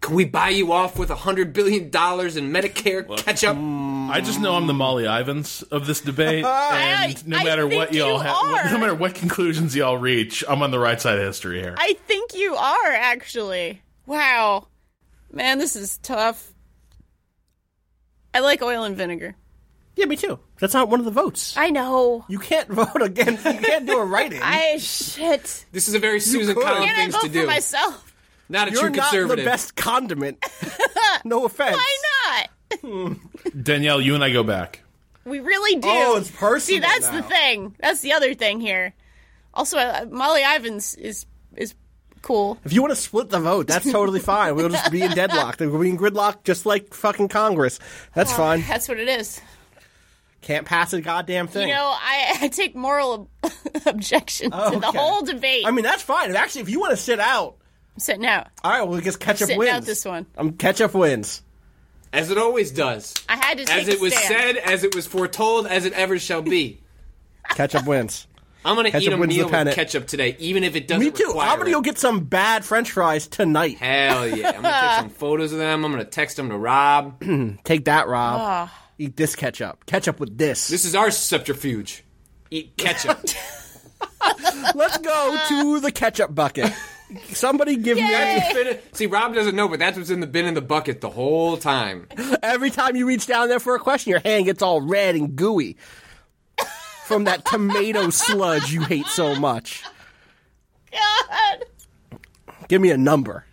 Speaker 5: Can we buy you off with a hundred billion dollars in Medicare ketchup?
Speaker 4: I just know I'm the Molly Ivans of this debate,
Speaker 3: I-
Speaker 4: and no
Speaker 3: I
Speaker 4: matter what
Speaker 3: think
Speaker 4: y'all,
Speaker 3: you
Speaker 4: ha-
Speaker 3: are.
Speaker 4: no matter what conclusions y'all reach, I'm on the right side of history here.
Speaker 3: I think you are actually. Wow, man, this is tough. I like oil and vinegar.
Speaker 2: Yeah, me too. That's not one of the votes.
Speaker 3: I know.
Speaker 2: you can't vote again. You can't do a write-in.
Speaker 3: I shit.
Speaker 5: This is a very Susan
Speaker 2: could.
Speaker 5: Collins
Speaker 3: Can I
Speaker 5: things
Speaker 3: vote
Speaker 5: to
Speaker 3: for
Speaker 5: do.
Speaker 3: myself?
Speaker 5: Not a
Speaker 2: You're
Speaker 5: true
Speaker 2: not the
Speaker 5: conservative.
Speaker 2: best condiment. no offense.
Speaker 3: Why not?
Speaker 4: Danielle, you and I go back.
Speaker 3: We really do.
Speaker 2: Oh, it's personal
Speaker 3: See, that's
Speaker 2: now.
Speaker 3: the thing. That's the other thing here. Also, uh, Molly Ivins is is cool.
Speaker 2: If you want to split the vote, that's totally fine. We'll just be in deadlock. We'll be in gridlock just like fucking Congress. That's fine.
Speaker 3: That's what it is.
Speaker 2: Can't pass a goddamn thing.
Speaker 3: You know, I, I take moral ob- objection to the
Speaker 2: Oh, okay.
Speaker 3: whole debate.
Speaker 2: I mean, that's fine. If- Actually, if you want to sit out,
Speaker 3: I'm sitting out.
Speaker 2: all right, well, I guess ketchup
Speaker 3: Sitting
Speaker 2: wins.
Speaker 3: out this one.
Speaker 2: Um, ketchup wins.
Speaker 5: as it always does.
Speaker 3: I had to
Speaker 5: As
Speaker 3: take
Speaker 5: it was
Speaker 3: a stand.
Speaker 5: said, as it was foretold, as it ever shall be.
Speaker 2: Ketchup wins.
Speaker 5: I'm gonna eat
Speaker 2: Ketchup
Speaker 5: a
Speaker 2: wins the
Speaker 5: meal with
Speaker 2: pennant.
Speaker 5: ketchup today, even if it doesn't.
Speaker 2: Me too.
Speaker 5: require
Speaker 2: I'm gonna
Speaker 5: it.
Speaker 2: go get some bad French fries tonight.
Speaker 5: Hell yeah! I'm gonna take some photos of them. I'm gonna text them to Rob.
Speaker 2: Take that, Rob.
Speaker 3: Ah.
Speaker 2: Eat this ketchup. Ketchup with this.
Speaker 5: This is our subterfuge. Eat ketchup.
Speaker 2: Let's go to the ketchup bucket. Somebody give me
Speaker 5: That's what's been- See, Rob doesn't know, but that's what's in the bin in the bucket the whole time.
Speaker 2: every time you reach down there for a question, your hand gets all red and gooey from that tomato sludge you hate so much.
Speaker 3: God,
Speaker 2: Give me a number.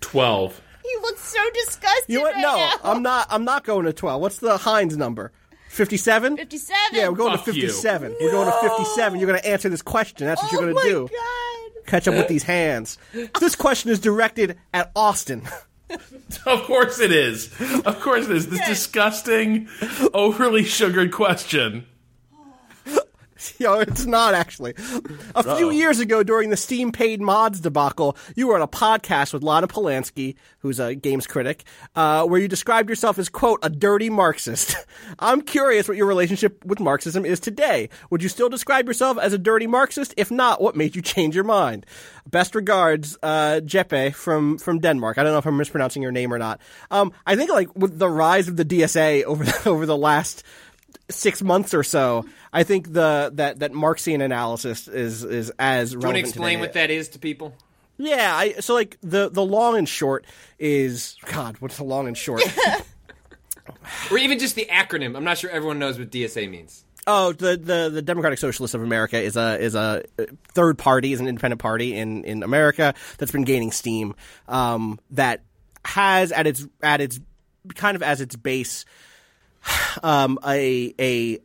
Speaker 4: Twelve.
Speaker 3: you look so disgusted.
Speaker 2: You know what?
Speaker 3: Right
Speaker 2: No, Uh,
Speaker 3: now.
Speaker 2: I'm not. I'm not going to twelve. What's the Heinz number? Fifty-seven.
Speaker 3: 57.
Speaker 2: Yeah, we're going
Speaker 4: Fuck
Speaker 2: to
Speaker 4: you.
Speaker 2: fifty-seven. We're going to fifty-seven. You're going to answer this question. That's what
Speaker 3: oh
Speaker 2: you're going
Speaker 3: my
Speaker 2: to do.
Speaker 3: God.
Speaker 2: Catch up with these hands. This question is directed at Austin.
Speaker 4: Of course it is. Of course it is. This disgusting, overly sugared question.
Speaker 2: Yo, it's not actually. A few years ago, during the Steam paid mods debacle, you were on a podcast with Lana Polanski, who's a games critic, uh, where you described yourself as, quote, a dirty Marxist. I'm curious what your relationship with Marxism is today. Would you still describe yourself as a dirty Marxist? If not, what made you change your mind? Best regards, uh, Jeppe from, from Denmark. I don't know if I'm mispronouncing your name or not. Um, I think, like, with the rise of the DSA over the, over the last six months or so, I think the that that Marxian analysis is is as
Speaker 5: Do you want
Speaker 2: relevant.
Speaker 5: to explain
Speaker 2: today.
Speaker 5: what that is to people?
Speaker 2: Yeah, I, so like the the long and short is God. What's the long and short?
Speaker 5: Or even just the acronym. I'm not sure everyone knows what DSA means.
Speaker 2: oh, the, the the Democratic Socialists of America is a is a uh, third party, is an independent party in in America that's been gaining steam. Um, that has at its at its kind of as its base um, a a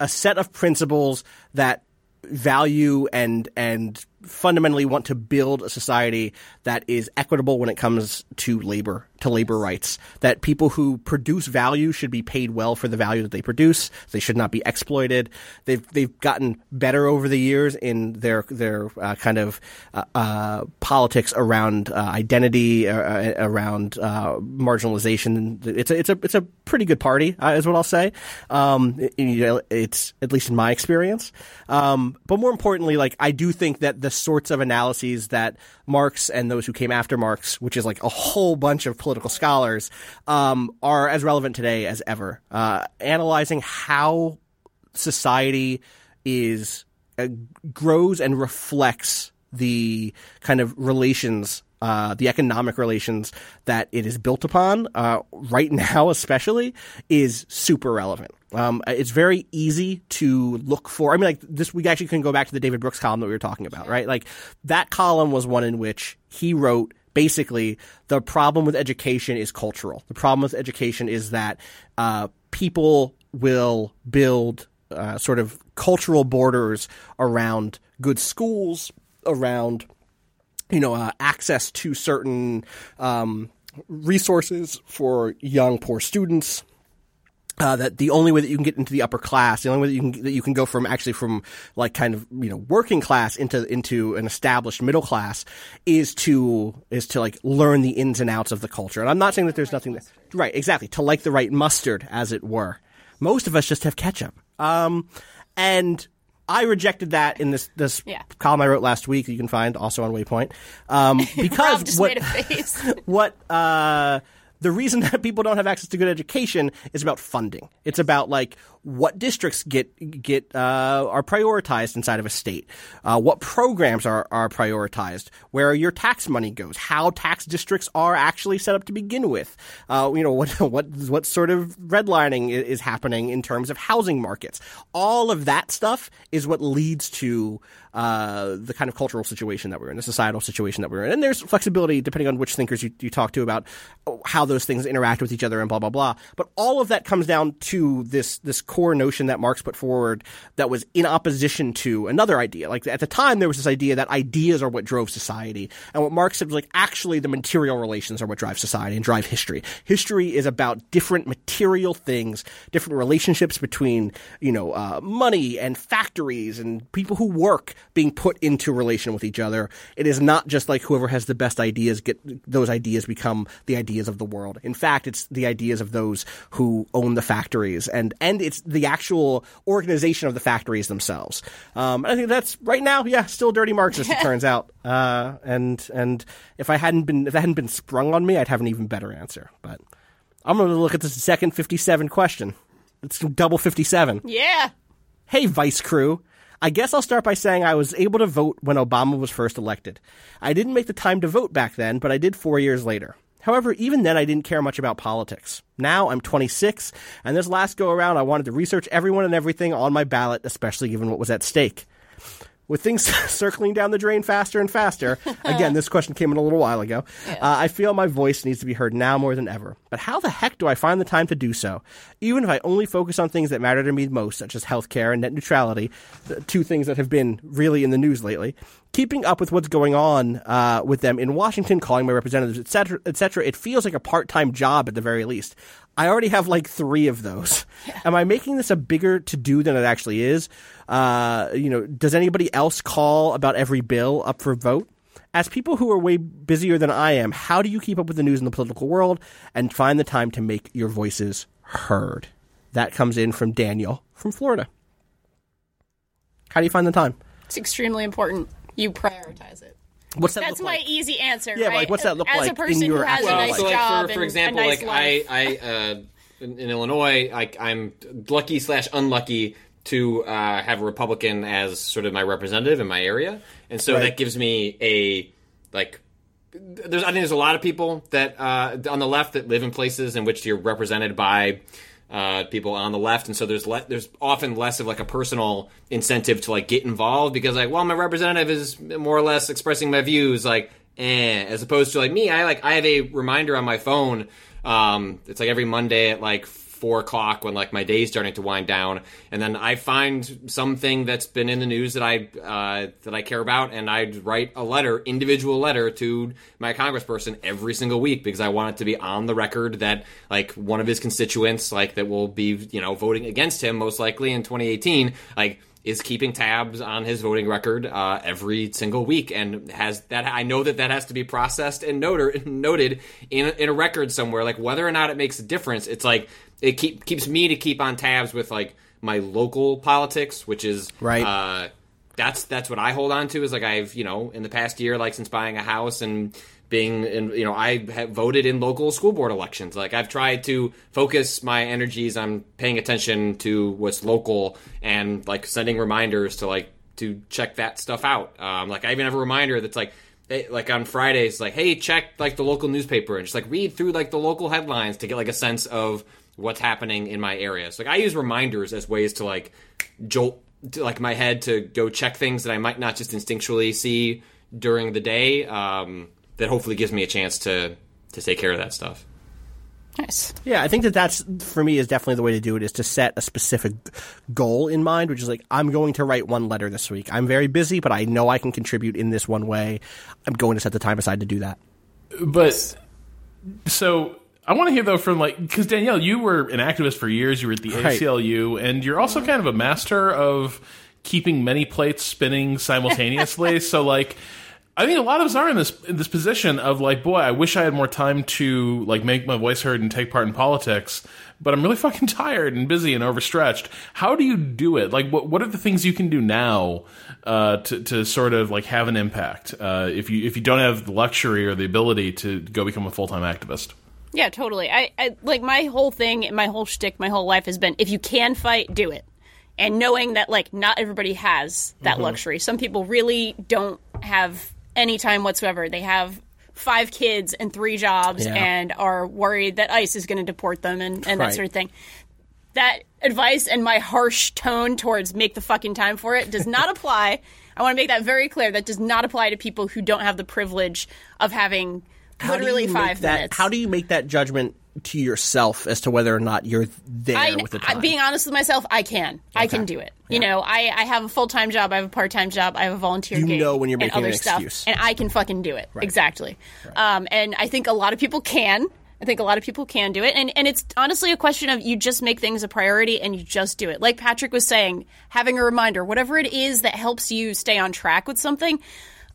Speaker 2: a set of principles that value and and fundamentally want to build a society that is equitable when it comes to labor, to labor rights. That people who produce value should be paid well for the value that they produce. They should not be exploited. They've they've gotten better over the years in their their uh, kind of uh, uh, politics around uh, identity, uh, uh, around uh, marginalization. It's a it's a it's a pretty good party, uh, is what I'll say. Um, it- you know, it's at least in my experience. Um, but more importantly, like I do think that the sorts of analyses that Marx and those who came after Marx, which is like a whole bunch of political scholars, um, are as relevant today as ever. Uh, analyzing how society is uh, grows and reflects the kind of relations, uh, the economic relations that it is built upon uh, right now, especially, is super relevant. Um, it's very easy to look for. I mean, like this, we actually can go back to the David Brooks column that we were talking about, right? Like that column was one in which he wrote basically the problem with education is cultural. The problem with education is that uh, people will build uh, sort of cultural borders around good schools, around you know uh, access to certain um, resources for young poor students uh, that the only way that you can get into the upper class, the only way that you can that you can go from actually from like kind of you know working class into into an established middle class is to is to like learn the ins and outs of the culture. And I'm not saying that there's nothing that right exactly to like the right mustard, as it were. Most of us just have ketchup, um, and I rejected that in this this
Speaker 3: Yeah.
Speaker 2: column I wrote last week. that You can find also on Waypoint um, because
Speaker 3: Rob just
Speaker 2: what
Speaker 3: made a face.
Speaker 2: what uh, the reason that people don't have access to good education is about funding. It's about like what districts get get uh, are prioritized inside of a state, uh, what programs are are prioritized, where your tax money goes, how tax districts are actually set up to begin with, uh, you know what what what sort of redlining i- is happening in terms of housing markets. All of that stuff is what leads to uh, the kind of cultural situation that we're in, the societal situation that we're in. And there's flexibility depending on which thinkers you, you talk to about oh, how those things interact with each other and blah, blah, blah. But all of that comes down to this, this core notion that Marx put forward that was in opposition to another idea. Like at the time, there was this idea that ideas are what drove society. And what Marx said was like, actually, the material relations are what drive society and drive history. History is about different material things, different relationships between, you know, uh, money and factories and people who work being put into relation with each other. It is not just like whoever has the best ideas get those ideas become the ideas of the world. In fact, it's the ideas of those who own the factories and and it's the actual organization of the factories themselves. Um, I think that's right now, yeah, still dirty Marxist. it turns out, uh, and and if I hadn't been if that hadn't been sprung on me, I'd have an even better answer. But I'm going to look at this second 57 question. It's double 57.
Speaker 3: yeah.
Speaker 2: Hey, Vice Crew. I guess I'll start by saying I was able to vote when Obama was first elected. I didn't make the time to vote back then, but I did four years later. However, even then, I didn't care much about politics. Now I'm 26, and this last go around, I wanted to research everyone and everything on my ballot, especially given what was at stake. With things circling down the drain faster and faster, again, this question came in a little while ago, uh, I feel my voice needs to be heard now more than ever. But how the heck do I find the time to do so? Even if I only focus on things that matter to me most, such as healthcare and net neutrality, the two things that have been really in the news lately, keeping up with what's going on uh, with them in Washington, calling my representatives, et cetera, et cetera, it feels like a part time job at the very least. I already have like three of those. Am I making this a bigger to do than it actually is? Uh, you know, does anybody else call about every bill up for vote? As people who are way busier than I am, how do you keep up with the news in the political world and find the time to make your voices heard? That comes in from Daniel from Florida. How do you find the time?
Speaker 3: It's extremely important. You prioritize it.
Speaker 2: What's that
Speaker 3: That's
Speaker 2: look
Speaker 3: my
Speaker 2: like?
Speaker 3: easy answer.
Speaker 2: Yeah, but,
Speaker 3: right?
Speaker 2: like, what's that look
Speaker 3: As
Speaker 2: like
Speaker 3: a
Speaker 2: in
Speaker 3: person
Speaker 2: your
Speaker 3: who has
Speaker 2: actual
Speaker 3: a
Speaker 5: Well,
Speaker 3: nice
Speaker 5: so like
Speaker 3: job
Speaker 5: for,
Speaker 3: and
Speaker 5: for example,
Speaker 3: a nice
Speaker 5: like
Speaker 3: life.
Speaker 5: I, I uh, in, in Illinois, I, I'm lucky slash unlucky to uh, have a Republican as sort of my representative in my area, and so that gives me a like. There's, I think there's a lot of people that uh, on the left that live in places in which you're represented by uh, people on the left, and so there's le- there's often less of like a personal incentive to like get involved because like, well, my representative is more or less expressing my views, like, eh, as opposed to like me, I like I have a reminder on my phone. Um, it's like every Monday at like four o'clock when like my day's starting to wind down, and then I find something that's been in the news that I uh, that I care about, and I'd write a letter, individual letter to my congressperson every single week because I want it to be on the record that like one of his constituents, like that will be you know voting against him most likely in 2018, like is keeping tabs on his voting record uh, every single week and has that I know that that has to be processed and noted noted in in a record somewhere like whether or not it makes a difference it's like it keep, keeps me to keep on tabs with like my local politics which is
Speaker 2: Right.
Speaker 5: uh, that's that's what I hold on to is like I've you know in the past year like since buying a house and being in you know I have voted in local school board elections like I've tried to focus my energies on paying attention to what's local and like sending reminders to like to check that stuff out um, like I even have a reminder that's like hey, like on Fridays like hey check like the local newspaper and just like read through like the local headlines to get like a sense of what's happening in my area so like I use reminders as ways to like jolt to, like my head to go check things that I might not just instinctually see during the day. Um, that hopefully gives me a chance to to take care of that stuff.
Speaker 3: Nice.
Speaker 2: Yeah, I think that that's for me is definitely the way to do it is to set a specific goal in mind, which is like I'm going to write one letter this week. I'm very busy, but I know I can contribute in this one way. I'm going to set the time aside to do that.
Speaker 4: But so I want to hear though from like because Danielle, you were an activist for years. You were at the
Speaker 2: Right.
Speaker 4: ACLU, and you're also kind of a master of keeping many plates spinning simultaneously. so like. I think a lot of us are in this in this position of like, boy, I wish I had more time to like make my voice heard and take part in politics, but I'm really fucking tired and busy and overstretched. How do you do it? Like, what what are the things you can do now uh, to to sort of like have an impact uh, if you if you don't have the luxury or the ability to go become a full time activist?
Speaker 3: Yeah, totally. I, I like my whole thing, my whole shtick, my whole life has been if you can fight, do it. And knowing that like not everybody has that
Speaker 2: Mm-hmm.
Speaker 3: luxury. Some people really don't have any time whatsoever. They have five kids and three jobs
Speaker 2: Yeah.
Speaker 3: and are worried that ICE is going to deport them and, and
Speaker 2: Right.
Speaker 3: that sort of thing. That advice and my harsh tone towards make the fucking time for it does not apply. I want to make that very clear. That does not apply to people who don't have the privilege of having
Speaker 2: How do
Speaker 3: literally
Speaker 2: you make
Speaker 3: five
Speaker 2: that,
Speaker 3: minutes.
Speaker 2: How do you make that judgment to yourself as to whether or not you're there
Speaker 3: I,
Speaker 2: with the
Speaker 3: I-
Speaker 2: time?
Speaker 3: being honest with myself, I can. I can do it. You know, I, I have a full time job, I have a part time job, I have a volunteer
Speaker 2: You
Speaker 3: gig
Speaker 2: know when you're
Speaker 3: and
Speaker 2: making
Speaker 3: other
Speaker 2: an
Speaker 3: stuff,
Speaker 2: excuse.
Speaker 3: and I can fucking do it exactly. Um, and I think a lot of people can. I think a lot of people can do it, and and it's honestly a question of you just make things a priority and you just do it. Like Patrick was saying, having a reminder, whatever it is that helps you stay on track with something.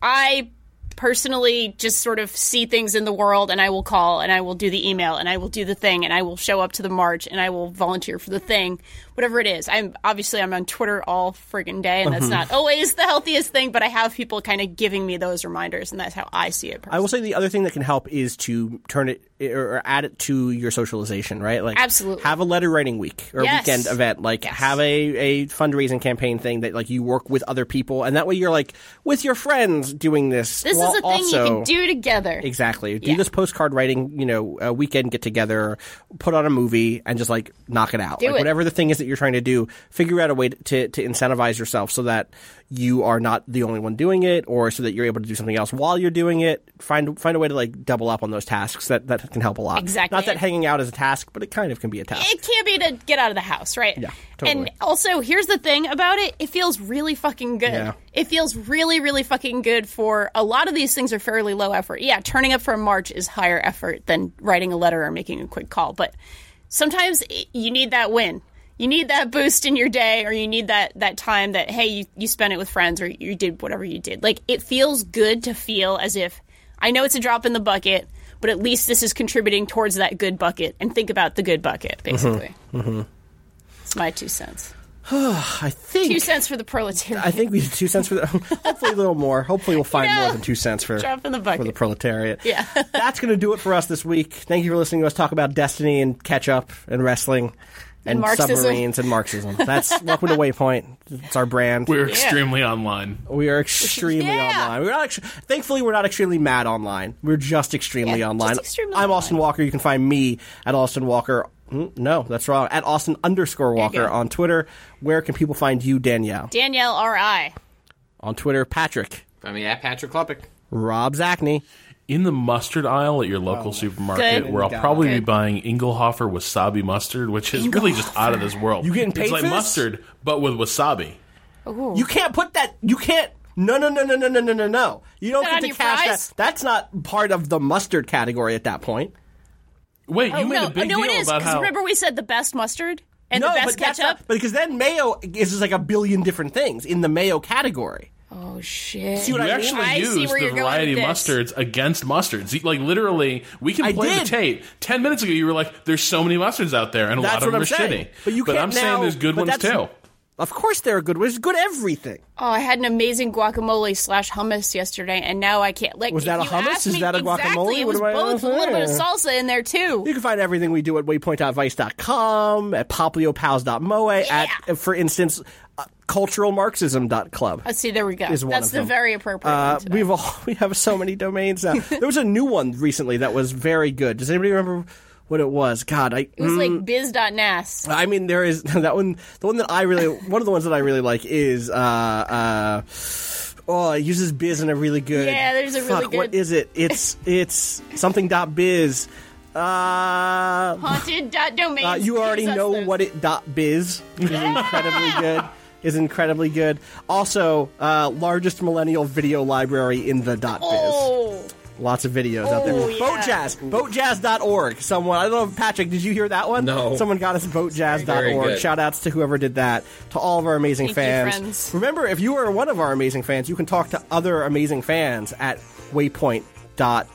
Speaker 3: I personally just sort of see things in the world and I will call and I will do the email and I will do the thing and I will show up to the march and I will volunteer for the thing, whatever it is. I'm obviously I'm on Twitter all friggin' day and
Speaker 2: Mm-hmm.
Speaker 3: that's not always the healthiest thing, but I have people kind of giving me those reminders and that's how I see it.
Speaker 2: I will say the other thing that can help is to turn it or, or add it to your socialization, right? Like
Speaker 3: Absolutely.
Speaker 2: have a letter writing week or
Speaker 3: Yes.
Speaker 2: weekend event, like have a, a fundraising campaign thing that like you work with other people, and that way you're like with your friends doing this.
Speaker 3: this
Speaker 2: while
Speaker 3: is a thing
Speaker 2: also,
Speaker 3: you can do together.
Speaker 2: Exactly. Do
Speaker 3: Yeah.
Speaker 2: this postcard writing, you know, a weekend get together, put on a movie, and just like knock it out.
Speaker 3: Do
Speaker 2: like
Speaker 3: it.
Speaker 2: whatever the thing is that you're trying to do, figure out a way to, to incentivize yourself so that you are not the only one doing it, or so that you're able to do something else while you're doing it. Find find a way to like double up on those tasks that that can help a lot.
Speaker 3: Exactly.
Speaker 2: Not that hanging out is a task, but it kind of can be a task.
Speaker 3: it can be to get out of the house, right? Yeah,
Speaker 2: totally.
Speaker 3: And also, here's the thing about it: it feels really fucking good.
Speaker 2: Yeah.
Speaker 3: It feels really, really fucking good for a lot of these things are fairly low effort. Yeah, turning up for a march is higher effort than writing a letter or making a quick call, but sometimes i- you need that win. You need that boost in your day, or you need that that time that hey, you you spent it with friends, or you did whatever you did. Like it feels good to feel as if I know it's a drop in the bucket, but at least this is contributing towards that good bucket. And think about the good bucket, basically. It's my two cents.
Speaker 2: I think
Speaker 3: Two cents for the proletariat.
Speaker 2: I think we did two cents for the. Hopefully, a little more. Hopefully, we'll find more than two cents for
Speaker 3: Drop in the
Speaker 2: for
Speaker 3: bucket.
Speaker 2: the proletariat.
Speaker 3: Yeah.
Speaker 2: that's going to do it for us this week. Thank you for listening to us talk about destiny and catch up and wrestling and,
Speaker 3: Marxism.
Speaker 2: submarines and Marxism. That's welcome to Waypoint. It's our brand.
Speaker 4: We're extremely online.
Speaker 2: We are extremely
Speaker 3: Yeah.
Speaker 2: online. We're not. Ex- thankfully, we're not extremely mad online. We're just extremely
Speaker 3: Yeah, just
Speaker 2: online.
Speaker 3: extremely
Speaker 2: I'm Austin Walker. You can find me at Austin Walker. Mm, No, that's wrong. At Austin underscore
Speaker 3: you
Speaker 2: Walker
Speaker 3: go.
Speaker 2: on Twitter. Where can people find you, Danielle?
Speaker 3: Danielle R.I.
Speaker 2: on Twitter, Patrick.
Speaker 5: I mean, at Patrick Klupik.
Speaker 2: Rob Zachney.
Speaker 4: in the mustard aisle at your local supermarket,
Speaker 3: Good.
Speaker 4: where I'll probably be
Speaker 3: Good.
Speaker 4: buying Engelhofer wasabi mustard, which is really just out of this world.
Speaker 2: You getting paid
Speaker 4: It's like
Speaker 2: for this?
Speaker 4: mustard, but with wasabi.
Speaker 2: You can't put that. You can't. No, no, no, no, no, no, no, no, no. You don't
Speaker 3: Is
Speaker 2: get
Speaker 3: that
Speaker 2: to
Speaker 3: on your
Speaker 2: cash
Speaker 3: fries?
Speaker 2: that. That's not part of the mustard category at that point.
Speaker 4: Wait,
Speaker 3: Oh
Speaker 4: you made
Speaker 3: no,
Speaker 4: a big
Speaker 3: no,
Speaker 4: deal
Speaker 3: it is.
Speaker 4: about
Speaker 3: Because
Speaker 4: how
Speaker 3: remember we said the best mustard and
Speaker 2: no,
Speaker 3: the
Speaker 2: but
Speaker 3: best
Speaker 2: that's
Speaker 3: ketchup.
Speaker 2: not- because then mayo is just like a billion different things in the mayo category.
Speaker 3: oh shit!
Speaker 2: See what
Speaker 4: you
Speaker 2: I mean?
Speaker 4: actually
Speaker 3: I see
Speaker 4: used
Speaker 3: where
Speaker 4: the
Speaker 3: you're going
Speaker 4: variety of
Speaker 3: with
Speaker 4: mustards against mustards. You- Like literally, we can
Speaker 2: I
Speaker 4: play the
Speaker 2: did.
Speaker 4: tape. Ten minutes ago, you were like, "There's so many mustards out there, and a
Speaker 2: That's
Speaker 4: lot of
Speaker 2: what
Speaker 4: them
Speaker 2: I'm
Speaker 4: are
Speaker 2: saying.
Speaker 4: shitty."
Speaker 2: But you
Speaker 4: but
Speaker 2: can't
Speaker 4: I'm saying
Speaker 2: now-
Speaker 4: there's good
Speaker 2: but
Speaker 4: ones
Speaker 2: that's-
Speaker 4: too.
Speaker 2: Of course, there are good. There's good everything.
Speaker 3: Oh, I had an amazing guacamole slash hummus yesterday, and now I can't. Like,
Speaker 2: Was that
Speaker 3: if
Speaker 2: a
Speaker 3: you
Speaker 2: hummus?
Speaker 3: asked
Speaker 2: Is
Speaker 3: me-
Speaker 2: that a guacamole?
Speaker 3: Exactly. It
Speaker 2: What
Speaker 3: was
Speaker 2: am I
Speaker 3: both. A little bit of
Speaker 2: saying?
Speaker 3: salsa in there too.
Speaker 2: You can find everything we do at waypoint.vice.com, at popliopals.moe, at, for instance, uh, culturalmarxism.club.
Speaker 3: Let's Oh, see, there we go.
Speaker 2: Is one
Speaker 3: That's
Speaker 2: of
Speaker 3: the
Speaker 2: them.
Speaker 3: very appropriate.
Speaker 2: Uh,
Speaker 3: one today.
Speaker 2: we've all, we have so many domains now. there was a new one recently that was very good. Does anybody remember what it was? God, I
Speaker 3: It was like biz.nas.
Speaker 2: I mean there is that one. The one that I really one of the ones that I really like is uh, uh, oh it uses biz in a really good.
Speaker 3: Yeah, there's a really
Speaker 2: fuck, What
Speaker 3: good-
Speaker 2: is it? It's it's something dot biz. Uh,
Speaker 3: Haunted dot domain.
Speaker 2: uh, you already know what it dot biz is incredibly good. Is incredibly good. Also, uh, largest millennial video library in the dot biz.
Speaker 3: Oh,
Speaker 2: Lots of videos out there.
Speaker 3: Oh, yeah.
Speaker 2: Boat jazz, boatjazz.org. Someone, I don't know, Patrick, did you hear that one?
Speaker 5: No.
Speaker 2: Someone got us
Speaker 5: Very
Speaker 2: boatjazz.org.
Speaker 5: good.
Speaker 2: Shout outs to whoever did that, to all of our amazing
Speaker 3: Thank you,
Speaker 2: fans.
Speaker 3: friends.
Speaker 2: Remember, if you are one of our amazing fans, you can talk to other amazing fans at waypoint. Dot,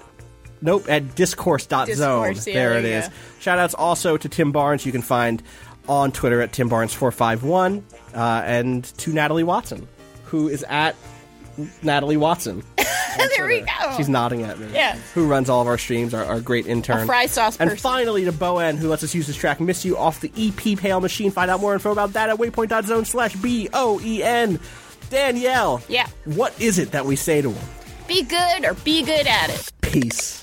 Speaker 2: nope, at discourse.zone.
Speaker 3: Discourse, yeah,
Speaker 2: there it
Speaker 3: there you
Speaker 2: is.
Speaker 3: go.
Speaker 2: Shout outs also to Tim Barnes, you can find on Twitter at Tim Barnes451, uh, and to Natalie Watson, who is at Natalie Watson.
Speaker 3: there we go.
Speaker 2: She's nodding at me.
Speaker 3: Yeah.
Speaker 2: Who runs all of our streams, our, our great intern.
Speaker 3: A fry sauce
Speaker 2: And
Speaker 3: person.
Speaker 2: finally to Bowen, who lets us use his track Miss You off the EP Pale Machine. Find out more info about that at waypoint.zone slash B-O-E-N. Danielle.
Speaker 3: Yeah.
Speaker 2: What is it that we say to him?
Speaker 3: Be good or be good at it.
Speaker 2: Peace.